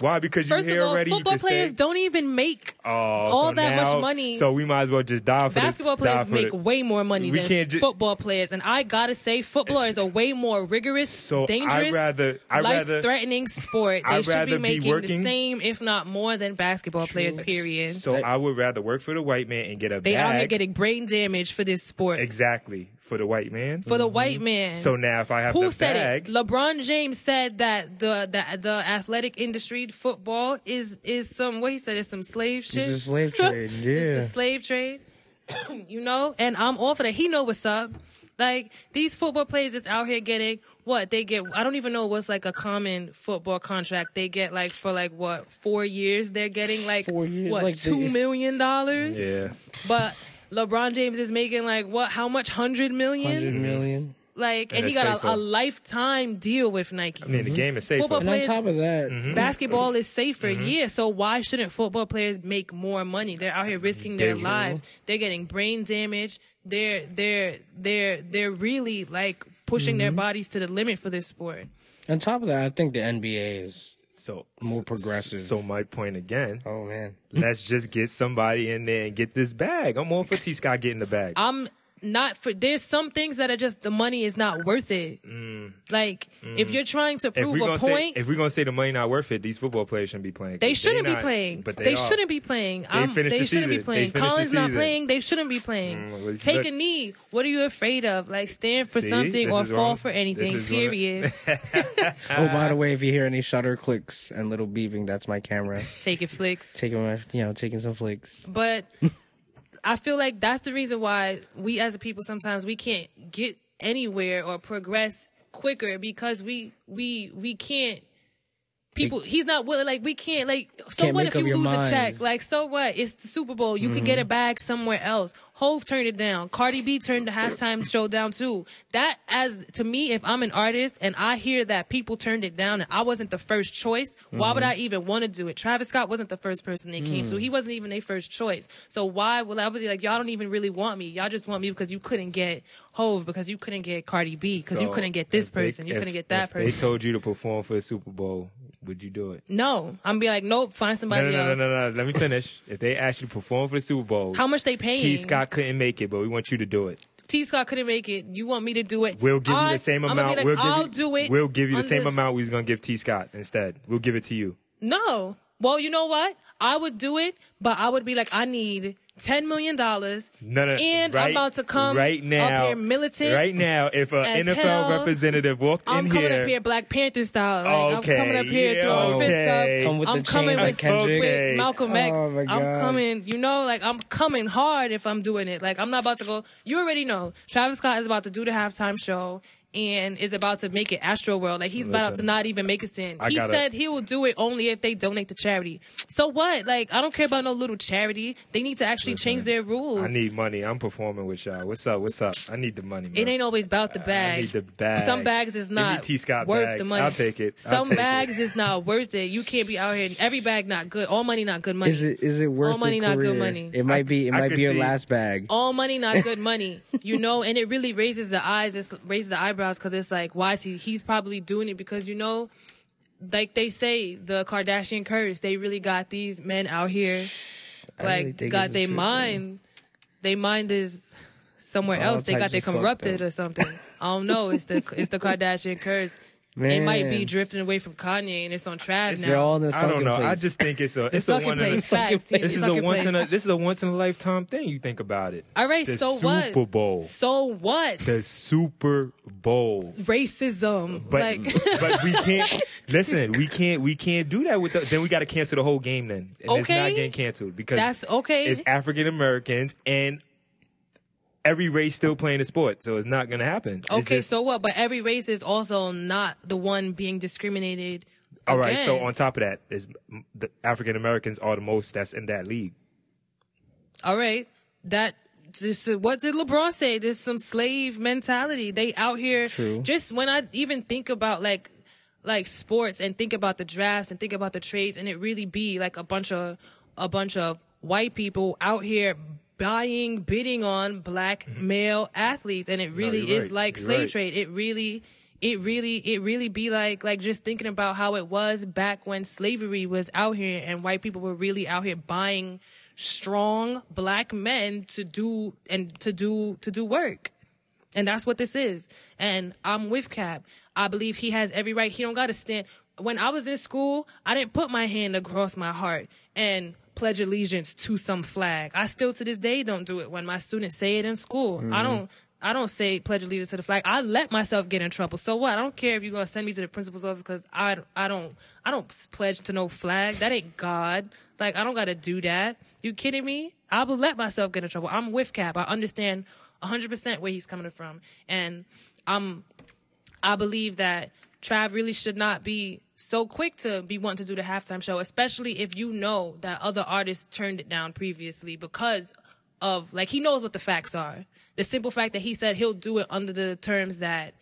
B: Why? Because you
A: First
B: here
A: of all,
B: already. you
A: football
B: can say,
A: players don't even make.
B: oh,
A: all
B: so
A: that much
B: now-
A: money.
B: So we might as well just die for the-
A: Basketball
B: die
A: players
B: for
A: make
B: the-
A: way more money
B: We
A: than
B: can't ju-
A: football players, and I gotta say, football
B: It's-
A: is a way more rigorous,
B: So I'd
A: dangerous,
B: rather- I'd rather-
A: life-threatening sport. They
B: *laughs* I'd
A: should
B: rather
A: be
B: be
A: making
B: working-
A: the same, if not more, than basketball players. Period.
B: So I would rather work for the white man and get a
A: they out here
B: bag
A: getting brain damage for this sport.
B: exactly for the white man.
A: for the white man.
B: Mm-hmm. so now if I have
A: who
B: the
A: said
B: bag,
A: it? LeBron James said that the, the the athletic industry, football, is is some what he said is some slave shit.
C: It's a slave trade.
A: *laughs* It's
C: Yeah.
A: the slave trade, *coughs* you know. And I'm all for that. He know what's up. Like these football players is out here getting what they get. I don't even know what's like a common football contract. They get like for like what four years. They're getting like
C: Four years,
A: what
C: like,
A: two
C: they-
A: million dollars.
B: yeah,
A: But LeBron James is making like what? How much? Hundred
C: Hundred
A: million?
C: million.
A: Like, and,
B: And
A: he
B: it's
A: got
B: safer.
A: a, a lifetime deal with Nike.
B: I mean
C: Mm-hmm.
B: the game is safe.
A: Football
C: And on
A: Players-
C: top of that,
B: Mm-hmm.
A: Basketball is safer, yeah. So why shouldn't football players make more money? They're out here risking their
B: They-
A: lives. They're getting brain damage. They're they're they're they're really like pushing their
B: Mm-hmm.
A: bodies to the limit for this sport.
C: on top of that, I think the NBA is.
B: So
C: More
B: so-
C: progressive.
B: So my point again,
C: Oh man.
B: let's just get somebody in there and get this bag. I'm all for T Scott getting the bag.
A: I'm not for there's some things that are just the money is not worth it. Like if you're trying to
B: Mm. if
A: prove
B: we're
A: a
B: gonna say
A: point,
B: if we're gonna say the money not worth it, these football players shouldn't be playing.
A: They shouldn't be
B: not-
A: playing.
B: but
A: they
B: they, are.
A: shouldn't be playing. I'm- They,
B: finished the
A: shouldn't be
B: season. They
A: playing.
B: finished the
A: Collins not
B: season.
A: playing. They shouldn't be playing.
B: Mm, well, it's
A: Take
B: look-
A: a knee. What are you afraid of? Like stand for
B: See?
A: something
B: This
A: or
B: is
A: fall
B: wrong.
A: for
B: This
A: anything.
B: is wrong. *laughs*
A: Period. Ah.
C: Oh, by the way, if you hear any shutter clicks and little beeping, that's
A: *laughs*
C: my camera
A: Take it, flicks.
C: taking my, you know, taking some flicks.
A: But I feel like that's the reason why we as a people sometimes we can't get anywhere or progress quicker because we we we can't. People, he's not willing. Like we can't. Like so,
C: Can't
A: what
C: make
A: if
C: up
A: you
C: your
A: lose a
C: minds.
A: check? Like so what? It's the Super Bowl. You could
B: Mm-hmm.
A: get a bag somewhere else. Hove turned it down. Cardi B turned the halftime show down too. That as to me, if I'm an artist and I hear that people turned it down and I wasn't the first choice, why
B: Mm-hmm.
A: would I even want to do it? Travis Scott wasn't the first person they came
B: Mm.
A: to. He wasn't even their first choice. So why would I would be like, y'all don't even really want me. Y'all just want me because you couldn't get Hove, because you couldn't get Cardi B, because you
B: So
A: couldn't get this
B: if they-
A: person, you
B: if-
A: couldn't get that
B: if
A: person.
B: They told you to perform for a Super Bowl. Would you do it?
A: no, I'm be like, nope, find
B: No,
A: somebody
B: no, no, no,
A: else.
B: no, no. Let me finish. If they asked you to perform for the Super Bowl,
A: How much they paying?
B: T Scott couldn't make it, but we want you to do it.
A: T Scott couldn't make it. You want me to do it?
B: We'll give
A: I,
B: you the same
A: I'ma be
B: amount.
A: Like,
B: we'll give
A: I'll
B: you,
A: do it.
B: We'll give you the
A: under-
B: same amount we was gonna give T Scott instead. We'll give it to you.
A: No. Well, you know what? I would do it, but I would be like, I need ten million dollars.
B: No, no,
A: And
B: right,
A: I'm about to come
B: right now,
A: up here militant.
B: Right now, if an
A: as
B: NFL
A: hell.
B: representative walked
A: I'm
B: in
A: coming
B: here,
A: up here Black Panther style. Like,
B: Okay,
A: I'm coming up here
B: yeah,
A: throwing
B: okay.
A: fists up.
B: Come
C: with
A: I'm
C: the
A: coming
C: chains
A: with,
C: like Kendrick.
A: with Malcolm X.
C: Oh, my
A: I'm
C: God.
A: coming, you know, like I'm coming hard if I'm doing it. Like I'm not about to go. You already know Travis Scott is about to do the halftime show. And is about to make it Astro World. Like he's about to
B: Listen,
A: not even make a cent.
B: I
A: He
B: gotta-
A: said he will do it only if they donate to charity. So what? Like I don't care about no little charity. They need to actually change their rules.
B: I need money. I'm performing with y'all. What's up? What's up? I need the money, man.
A: It ain't always about the bag.
B: I need the bag.
A: Some bags is
B: Give me
A: not
B: T. Scott
A: worth
B: bag.
A: the money.
B: I'll take it. I'll
A: Some
B: take it.
A: bags is not worth it. You can't be out here. Every bag not good. All money not good money.
C: Is it is it worth
A: All money
C: your
A: not good
C: career?
A: money.
C: It might be it
B: I
C: might
B: could
C: be your
B: see-
C: last bag.
A: all money not good money you know and it really raises the eyes it's raises the eyebrows because it's like why is he he's probably doing it because you know like they say the kardashian curse they really got these men out here
C: really
A: like
C: think
A: got
C: it's a
A: they
C: true
A: mind they mind is somewhere
C: All
A: else they got
C: types
A: they
C: of fucked
A: corrupted
C: up.
A: or something i don't know it's
C: *laughs*
A: the it's the kardashian curse They might be
C: Man.
A: drifting away from kanye and it's on trav
C: It's
A: now
C: all in the
B: I don't
C: sunken
B: know. I
C: place.
B: just think it's a
A: *laughs* the
B: it's a
A: sucking
B: one in a
A: place facts
C: place.
A: T.
B: This is a
A: Sucking
B: once
A: place.
B: in a this is a once in a lifetime thing. You think about it.
A: all right
B: the
A: so
B: Super
A: what
B: Bowl.
A: so what
B: The Super Bowl.
A: racism *laughs*
B: But
A: like
B: *laughs* but we can't listen. We can't we can't do that with the, then we got to cancel the whole game then. And It's
A: Okay.
B: not getting canceled because
A: That's okay.
B: It's African Americans and every race still playing the sport, so it's not gonna happen. It's
A: Okay,
B: just-
A: so what? But every race is also not the one being discriminated.
B: all right. So
A: against.
B: on top of that, is m- the African Americans are the most that's in that league.
A: All right. That just what did LeBron say? There's some slave mentality. They out here
C: True.
A: just when I even think about like like sports and think about the drafts and think about the trades and it really be like a bunch of a bunch of white people out here buying bidding on black male athletes and it really
B: Mm-hmm. you're
A: is
B: right.
A: like
B: You're
A: slave
B: right.
A: trade it really it really it really be like like just thinking about how it was back when slavery was out here and white people were really out here buying strong black men to do and to do to do work and that's what this is. And I'm with Cap. I believe he has every right. He don't gotta stand. When I was in school, I didn't put my hand across my heart and pledge allegiance to some flag. I still to this day don't do it when my students say it in school. I don't I don't say pledge allegiance to the flag. I let myself get in trouble. So what? I don't care if you're gonna send me to the principal's office because I I don't I don't pledge to no flag. That ain't God. Like I don't gotta do that. You kidding me? I will let myself get in trouble. I'm with Cap. I understand 100% where he's coming from. And um, I believe that Trav really should not be so quick to be wanting to do the halftime show, especially if you know that other artists turned it down previously because of, like, he knows what the facts are. The simple fact that he said he'll do it under the terms that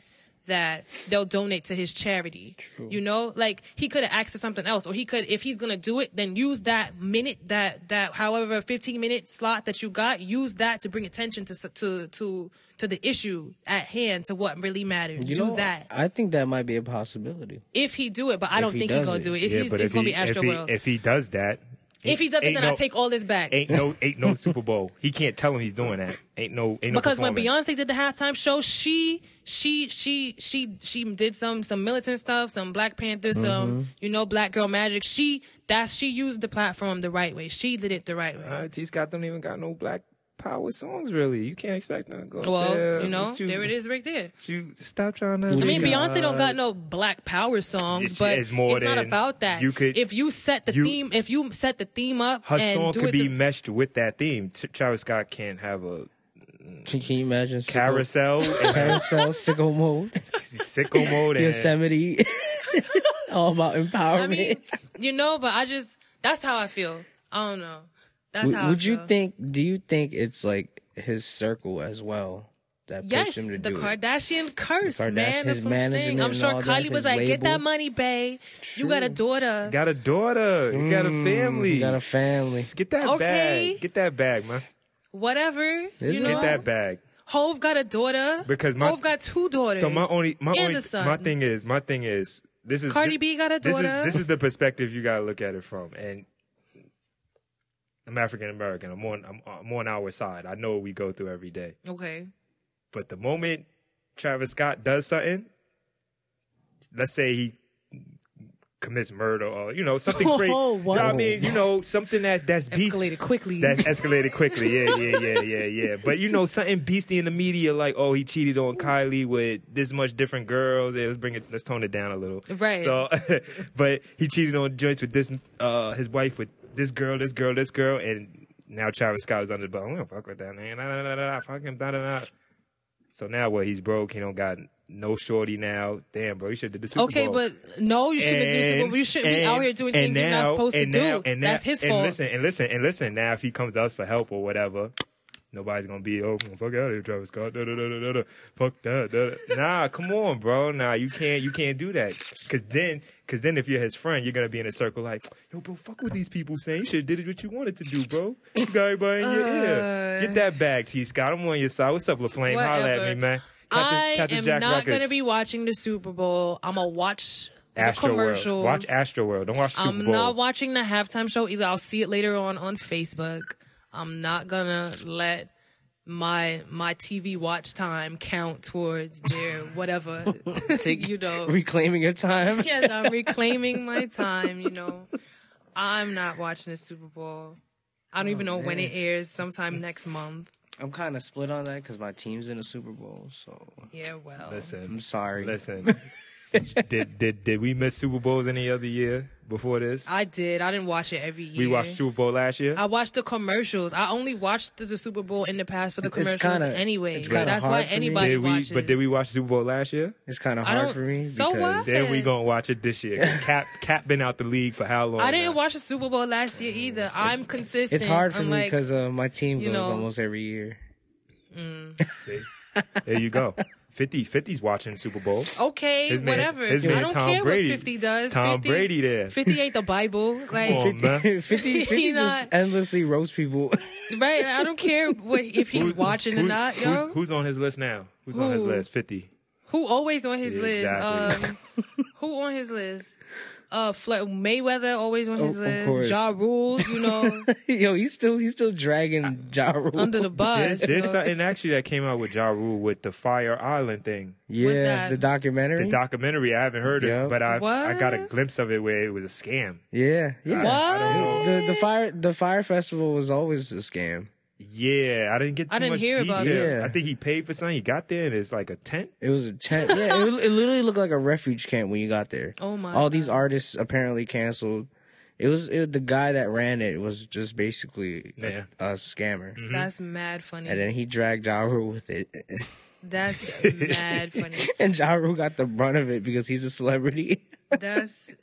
A: that they'll donate to his charity. You know, like he could have asked for something else, or he could, if he's gonna do it, then use that minute, that that however fifteen minute slot that you got, use that to bring attention to s- to to to the issue at hand, to what really matters.
C: You
A: do
C: know,
A: that
C: I think that might be a possibility. *laughs*
A: if he do it, but I don't
C: he
A: think he's
C: does
A: gonna
C: it.
A: do it. It's, he's-
B: if
A: it's gonna
B: he,
A: be
B: if
A: Astro
B: he,
A: World. If,
B: if he does that,
A: he does it,
B: ain't
A: then I
B: no-
A: take all this back.
B: ain't no ain't no Super Bowl. He can't tell him he's doing that. Ain't no ain't no
A: because when
B: performance.
A: Beyonce did the halftime show, she she she she she did some some militant stuff, some Black Panther,
B: Mm-hmm.
A: some you know Black Girl Magic. She that she used the platform the right way. She did it the right way.
B: Uh, T Scott don't even got no black power songs really. You can't expect them to go.
A: well,
B: there.
A: you know,
B: What you-
A: there it is right there.
B: You stop trying to.
A: I mean,
C: Yeah.
A: Beyonce don't got no black power songs,
B: It's-
A: but
B: it's more
A: not
B: than
A: about that.
B: you could-
A: if you set the
B: you-
A: theme, if you set the theme up,
B: her
A: and
B: song
A: do
B: could
A: it
B: be
A: the-
B: meshed with that theme. T- Travis Scott can't have a
C: Can, can you imagine? sicko-
B: carousel, *laughs* and
C: Carousel,
B: *laughs*
C: sicko mode,
B: sicko mode, and
C: Yosemite. *laughs* All about
B: *laughs*
C: empowerment.
A: I mean, you know, but I just that's how I feel. I don't know. That's
C: would
A: how I
C: would you
A: feel.
C: think? Do you think it's like his circle as well that
A: Yes,
C: pushed him to
A: the
C: do it?
A: Kardashian curse,
C: The Kardash-
A: man. That's
C: his
A: what I'm saying.
C: management
A: I'm
C: and
A: sure
C: all that,
A: Kylie was
C: his
A: like, "Get that
C: label."
A: money, babe. You got a daughter."
B: got a daughter, Mm, you got a family,
C: you got a family.
B: Get that
A: Okay.
B: bag, get that bag, man.
A: Whatever.
C: This
A: you
C: is-
A: know,
B: Get that bag.
A: Hove got a daughter.
B: Because my-
A: Hove got two daughters.
B: So my only, my
A: and
B: only,
A: a son.
B: my thing is, my thing is, this is
A: Cardi
B: thi-
A: B got a
B: This
A: daughter.
B: is this is the perspective you gotta look at it from, and I'm African American. I'm on, I'm, I'm on our side. I know what we go through every day,
A: Okay.
B: but the moment Travis Scott does something, let's say he commits murder or you know
A: *laughs*
B: something
A: Oh,
B: crazy.
A: whoa.
B: I mean, you know something that that's beast-
A: Escalated quickly.
B: that's escalated quickly. Yeah, yeah, yeah, yeah, yeah. But you know, something beastie in the media, like, oh, he cheated on Kylie with this much different girls. Yeah, let's bring it, let's tone it down a little.
A: Right.
B: So, *laughs* but he cheated on joints with this, uh, his wife with this girl, this girl, this girl, and now Travis Scott is under the bus. I'm gonna fuck with that man. Nah, nah, nah, nah, nah, fuck him. Nah, nah, nah. So now what? He's broke. He don't got no shorty now. Damn, bro, he should have did the
A: *laughs*
B: Super
A: Okay,
B: Bowl.
A: but no, you shouldn't do Super Bowl. You shouldn't be
B: and-
A: out here doing
B: and
A: things you're not
B: now-
A: supposed to
B: and now-
A: do.
B: and now-
A: That's his
B: and
A: fault.
B: Listen, and listen, and listen. Now, if he comes to us for help or whatever, nobody's gonna be oh fuck out of here, Travis Scott. Da, da, da, da, da, da. Fuck that. Da, da. Nah, come on, bro. Nah, you can't. You can't do that. Cause then, cause then, if you're his friend, you're gonna be in a circle like, yo, bro, fuck what these people saying. You should have did it what you wanted to do, bro. You got everybody in your ear.
A: Uh.
B: Get that bag, T. Scott. I'm on your side. What's up, LaFlame? Holla at me,
A: Whatever.
B: man. Cut this-
A: I
B: cut this
A: am
B: Jack
A: not going to
B: Ruckus.
A: be watching the Super Bowl. I'm going to watch the
B: Astro
A: commercials.
B: World. Watch Astro World. Don't watch Super
A: I'm
B: Bowl.
A: not watching the halftime show either. I'll see it later on on Facebook. I'm not going to let my my TV watch time count towards
B: *laughs*
A: their whatever.
C: Take-
A: you know.
C: reclaiming your time.
A: yes, I'm reclaiming my time, you know. I'm not watching the Super Bowl. I don't
B: Oh,
A: even know when it airs, sometime next month.
C: I'm kind of split on that because my team's in the Super Bowl, so
A: Yeah, well. *laughs*
B: Listen,
C: I'm sorry.
B: listen. did did did we miss Super Bowls any other year before this?
A: I did. I didn't watch it every year.
B: we watched Super Bowl last year.
A: I watched the commercials. I only watched the, the Super Bowl in the past for the
C: It's
A: commercials
C: kinda-
A: anyway.
C: it's
A: So
C: kinda
A: that's
C: hard
A: why
C: for me.
A: anybody
B: did we?
A: watches.
B: But did we watch Super Bowl last year?
C: It's kind of
A: I
C: hard
A: don't-
C: for me.
A: so
C: because-
A: what?
B: Then we
A: Yeah.
B: gonna watch it
A: *laughs*
B: this year. 'cause Cap Cap been out the league for how long?
A: I didn't
B: now?
A: watch the Super Bowl last year either. I'm consistent.
C: It's hard for
A: I'm
C: me
A: like,
C: because uh, my team
A: you
C: goes
A: know-
C: almost every year.
B: There you go. 50 50's watching Super Bowl.
A: Oh, okay,
B: His man-
A: whatever.
B: his man
A: I don't
B: Tom
A: care
B: Brady-
A: what 50 does.
B: Tom
A: 50,
B: Brady there.
A: 50 ain't the
B: *laughs*
A: Bible. Like,
B: Come on,
C: *laughs*
B: man.
C: 50,
A: *laughs*
C: 50 just
A: not-
C: endlessly roast people. *laughs*
A: right? I don't care what if he's
B: Who's-
A: watching or
B: who's-
A: not,
B: who's,
A: yo.
B: Who's on his list now? Who's on his
A: Who?
B: list? 50.
A: Who always on his
B: Yeah,
A: list?
B: exactly.
A: Um, who on his list? Uh, Fle- Mayweather always
B: Oh,
A: on his
C: of course.
A: list. Ja rules, you
B: *laughs*
A: know,
C: Yo, he's still he's still dragging Ja Rule.
A: under the
B: There's,
A: bus.
B: there's
A: yo.
B: something actually that came out with Ja Rule with the Fire Island thing.
A: What's
C: yeah,
A: that?
C: the documentary.
B: The documentary, I haven't heard
C: Yeah.
B: it, but I I
A: What?
B: got a glimpse of it where it was a scam.
C: yeah,
B: I-
C: yeah.
B: I don't know.
A: What?
C: The the fire the fire festival was always a scam.
B: Yeah, I didn't get too
A: I didn't
B: much
A: hear about
B: details.
C: that.
B: I think he paid for something. He got there and it's like a tent.
C: It was a tent. Yeah, it, it literally looked like a refuge camp when you got there.
A: Oh my
C: All these artists apparently canceled. It was it, the guy that ran it was just basically a-
B: Yeah.
C: a, scammer,
B: Mm-hmm.
A: That's mad funny.
C: and then he dragged Ja Rule with it, *laughs*
B: *laughs*
A: That's mad funny.
C: and Ja Rule got the brunt of it because he's a celebrity. *laughs*
A: That's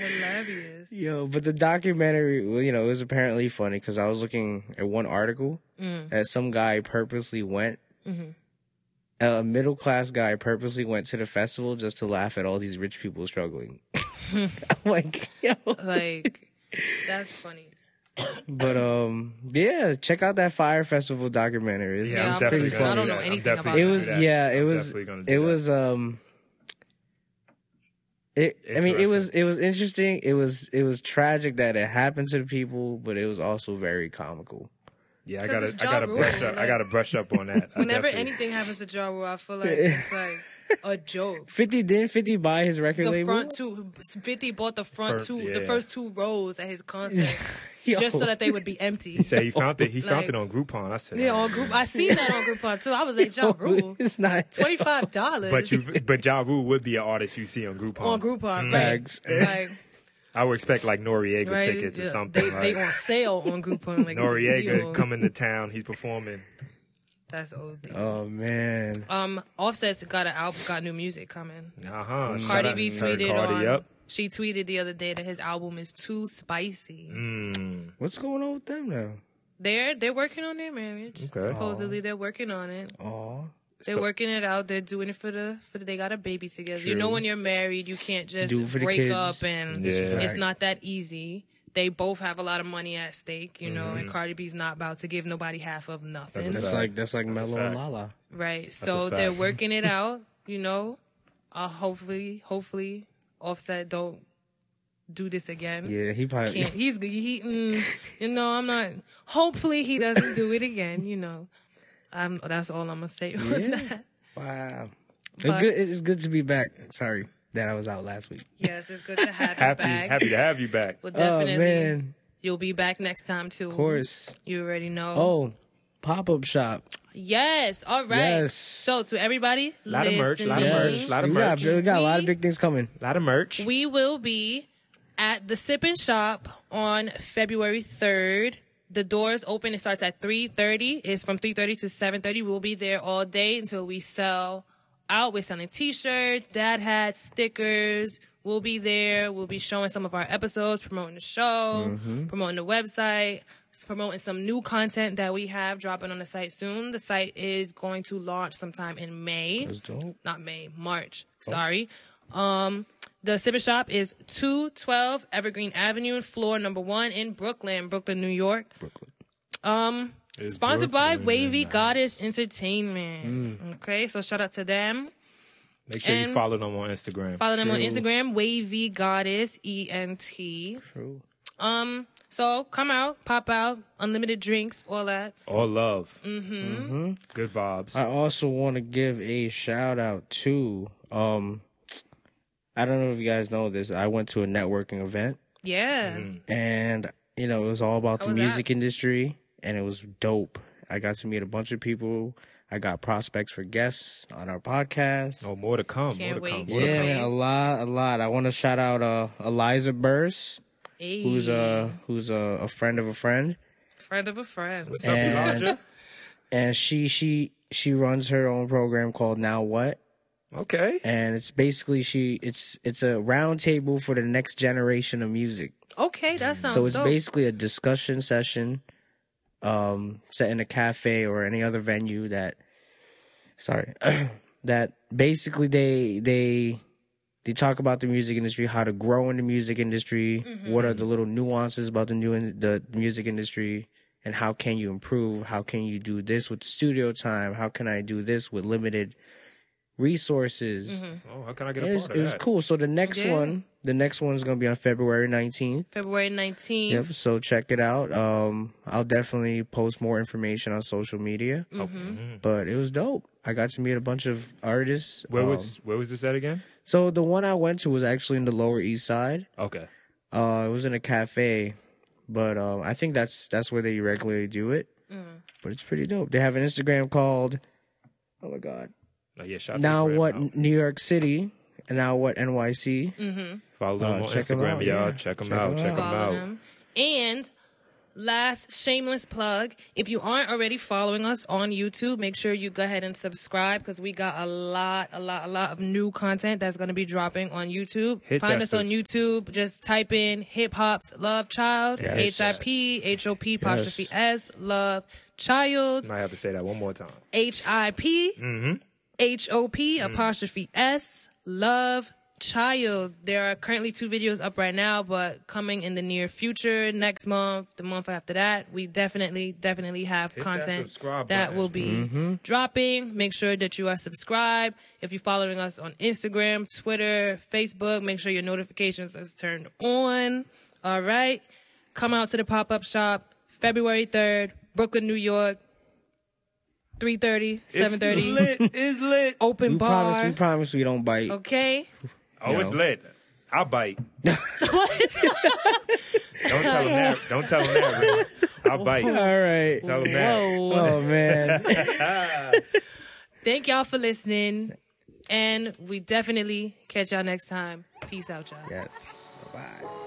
A: hilarious.
C: Yo, but the documentary, well, you know, it was apparently funny because I was looking at one article
A: Mm.
C: that some guy purposely went.
A: Mm-hmm.
C: A middle class guy purposely went to the festival just to laugh at all these rich people struggling. *laughs* I'm like, yo.
A: *laughs* Like, that's funny.
C: But um, yeah, check out that fire festival documentary. It's,
A: Yeah,
C: it's
A: I'm
C: pretty
A: pretty sure. I
C: funny.
A: don't know
B: I'm
A: anything
B: definitely
A: about
C: It
B: gonna
C: was
B: do that.
C: yeah, it
B: I'm
C: was
B: definitely gonna do
C: it
B: that.
C: was um. It, I mean, it was it was interesting. It was it was tragic that it happened to the people, but it was also very comical.
B: yeah. I
A: 'cause
B: gotta
A: it's
B: I
A: Ja
B: gotta
A: Rule,
B: brush up. I
A: like-
B: gotta brush up on
A: *laughs*
B: that. I
A: Whenever
B: definitely-
A: anything happens to Ja Rule, I feel like it's like a
B: *laughs*
A: joke.
C: Fifty didn't Fifty buy his record
A: The
C: label.
A: front two, Fifty bought the front
B: First-
A: two, the
B: yeah.
A: first two rows at his concert,
B: *laughs*
C: *laughs* Yo.
A: just so that they would be empty.
B: he said he found it. He found
A: Like-
B: it on Groupon. I said,
A: Yeah, on group. I seen that on Groupon too. I was
C: *laughs*
A: like,
B: *laughs*
A: Ja Rule,
C: It's
A: *laughs*
C: not
A: twenty five dollars.
B: But you, Mm. but Ja Rule would be an artist you see on Groupon.
A: on Groupon, right?
C: bags.
B: *laughs*
A: Like,
B: I would expect like Noriega
A: right?
B: tickets or
A: yeah.
B: something.
A: They,
B: like,
A: they on sale on Groupon. Like it's a deal.
B: Noriega coming to town. He's performing.
A: That's old.
C: *laughs* Oh man,
A: Um, Offset's got an album, got new music coming.
B: Uh huh.
A: Cardi B tweeted on.
B: Cardi up.
A: She tweeted the other day that his album is too spicy.
B: Mm,
C: what's going on with them now?
A: They're they're working on their marriage.
B: Okay.
A: Supposedly they're working on it.
C: Oh,
A: They're
B: So-
A: working it out. They're doing it for the for the, they got a baby together. You know
B: True.
A: when you're married, you can't just
C: Do it for the
A: break
C: kids.
A: up and
B: Yeah.
A: it's
C: Right.
A: not that easy. They both have a lot of money at stake, you know, and Cardi B's not about to give nobody half of nothing.
B: Mm-hmm. That's
C: that's
B: fact.
C: like that's like
B: That's a
C: Mello and
B: fact.
C: Lala.
A: Right. So
B: a *laughs*
A: they're
B: fact.
A: working it out, you know. Uh hopefully hopefully offset don't do this again.
C: Yeah,
A: *laughs*
C: he probably.
A: Can't, he's he mm, you know, I'm not hopefully he doesn't do it again, you know. I'm that's all I'm gonna say on
C: Yeah.
A: that.
C: *laughs* Wow,
A: But-
C: it's good. It's good to be back. Sorry that I was out last week.
A: Yes, it's good to have
B: happy,
A: you back.
B: happy to have you back.
A: Well,
C: Oh
A: definitely.
C: man,
A: You'll be back next time too.
C: of course.
A: You already know.
C: Oh, pop up shop.
A: Yes. All right.
C: Yes.
A: So to everybody,
B: Lot of merch, lot
A: listening,
B: of merch, lot of
C: we
B: merch.
C: got, we got a lot of big things coming.
B: A lot of merch.
A: We will be at the Sip and Shop on February 3rd. The doors open. It starts at 3.30. It's from 3.30 to 7.30. We'll be there all day until we sell out. We're selling t-shirts, dad hats, stickers. We'll be there. We'll be showing some of our episodes, promoting the show, promoting the website, s- promoting some new content that we have dropping on the site soon. The site is going to launch sometime in May
C: That's dope.
A: not May, March.
C: Oh.
A: Sorry. Um, the Sip and Shop is 212 Evergreen Avenue, floor number one in Brooklyn, Brooklyn, New York.
C: Brooklyn.
A: Um, sponsored by Wavy Goddess Entertainment.
C: Mm.
A: Okay, so shout out to them.
B: Make sure you
A: and-
B: follow them on Instagram.
A: Follow them on
C: True.
A: Instagram, Wavy Goddess E N T.
C: True.
A: Um, so come out, pop out, unlimited drinks, all that.
B: All love. Mm-hmm. Good vibes.
C: I also want to give a shout out to um I don't know if you guys know this. I went to a networking event
A: Yeah.
C: Mm-hmm. and you know, it was all about
A: How
C: the
A: was
C: music industry and it was dope. I got to meet a bunch of people. I got prospects for guests on our podcast.
B: Oh, more to come.
A: Can't
B: more to come.
A: wait.
B: More
C: yeah,
B: to
A: okay.
C: man, a lot, a lot. I want to shout out uh, Eliza Burse,
A: Hey,
C: who's uh, a who's a, a friend of a friend,
A: friend of a friend.
B: come. What's up,
C: And-
B: Elijah?
C: and she she she runs her own program called Now What,
B: Okay.
C: and it's basically she it's it's a roundtable for the next generation of music.
A: Okay, that sounds
C: so it's
A: dope.
C: basically a discussion session um set in a cafe or any other venue that sorry *clears throat* that basically they they they talk about the music industry how to grow in the music industry what are the
A: Mm-hmm.
C: little nuances about the new in, the music industry and how can you improve how can you do this with studio time how can i do this with limited resources
B: Oh, how can I get
C: And
B: a
C: it,
B: part
C: was,
B: of
C: it was
B: that?
C: cool so the next
A: Mm-hmm. Yeah.
C: one the next one is going to be on february 19th
A: February 19th.
C: Yep. So check it out. Um, I'll definitely post more information on social media.
A: Mm-hmm.
B: Mm-hmm.
C: But it was dope. I got to meet a bunch of artists.
B: Where
C: Um,
B: was where was this at again?
C: so the one I went to was actually in the Lower East Side.
B: Okay.
C: Uh, it was in a cafe, but um, I think that's that's where they regularly do it. But it's pretty dope. They have an Instagram called Oh my God.
B: Oh, yeah, shout out to
C: now
B: Brad
C: what
B: Mount.
C: New York City and now what NYC.
A: Mm-hmm.
B: Follow them
C: Uh,
B: on
C: check 'em
B: Instagram,
C: out,
B: y'all.
C: yeah.
B: Check them
C: Check 'em
B: out. Check them
A: Follow
B: out.
A: them. And last shameless plug if you aren't already following us on YouTube, make sure you go ahead and subscribe because we got a lot, a lot, a lot of new content that's going to be dropping on YouTube.
B: Hit
A: Find us
B: that
A: on
B: sus-
A: YouTube. Just type in hip hop's love child,
B: Yes.
A: HIP, HOP, apostrophe S, love child,
B: Might have to say that one more time.
A: HIP, HOP, apostrophe S, love child. There are currently two videos up right now, but coming in the near future, next month, the month after that, we definitely, definitely have
B: that
A: content
B: subscribe
A: that
B: button.
A: will be dropping. Make sure that you are subscribed. If you're following us on Instagram, Twitter, Facebook, make sure your notifications is turned on. All right. Come out to the pop up shop February 3rd, Brooklyn, New York. 3.30, 7.30,
B: It's lit. It's lit.
A: open
C: We
A: bar.
C: promise. We promise. We don't bite.
A: Okay.
B: Oh, it's
C: Yo.
B: lit. I'll bite. Don't tell them that. Don't tell them that. Rick. I'll bite.
C: All right.
B: Tell them that.
A: Whoa.
C: Oh man.
A: Thank y'all for listening. And we definitely catch y'all next time. Peace out, y'all.
C: yes. Bye.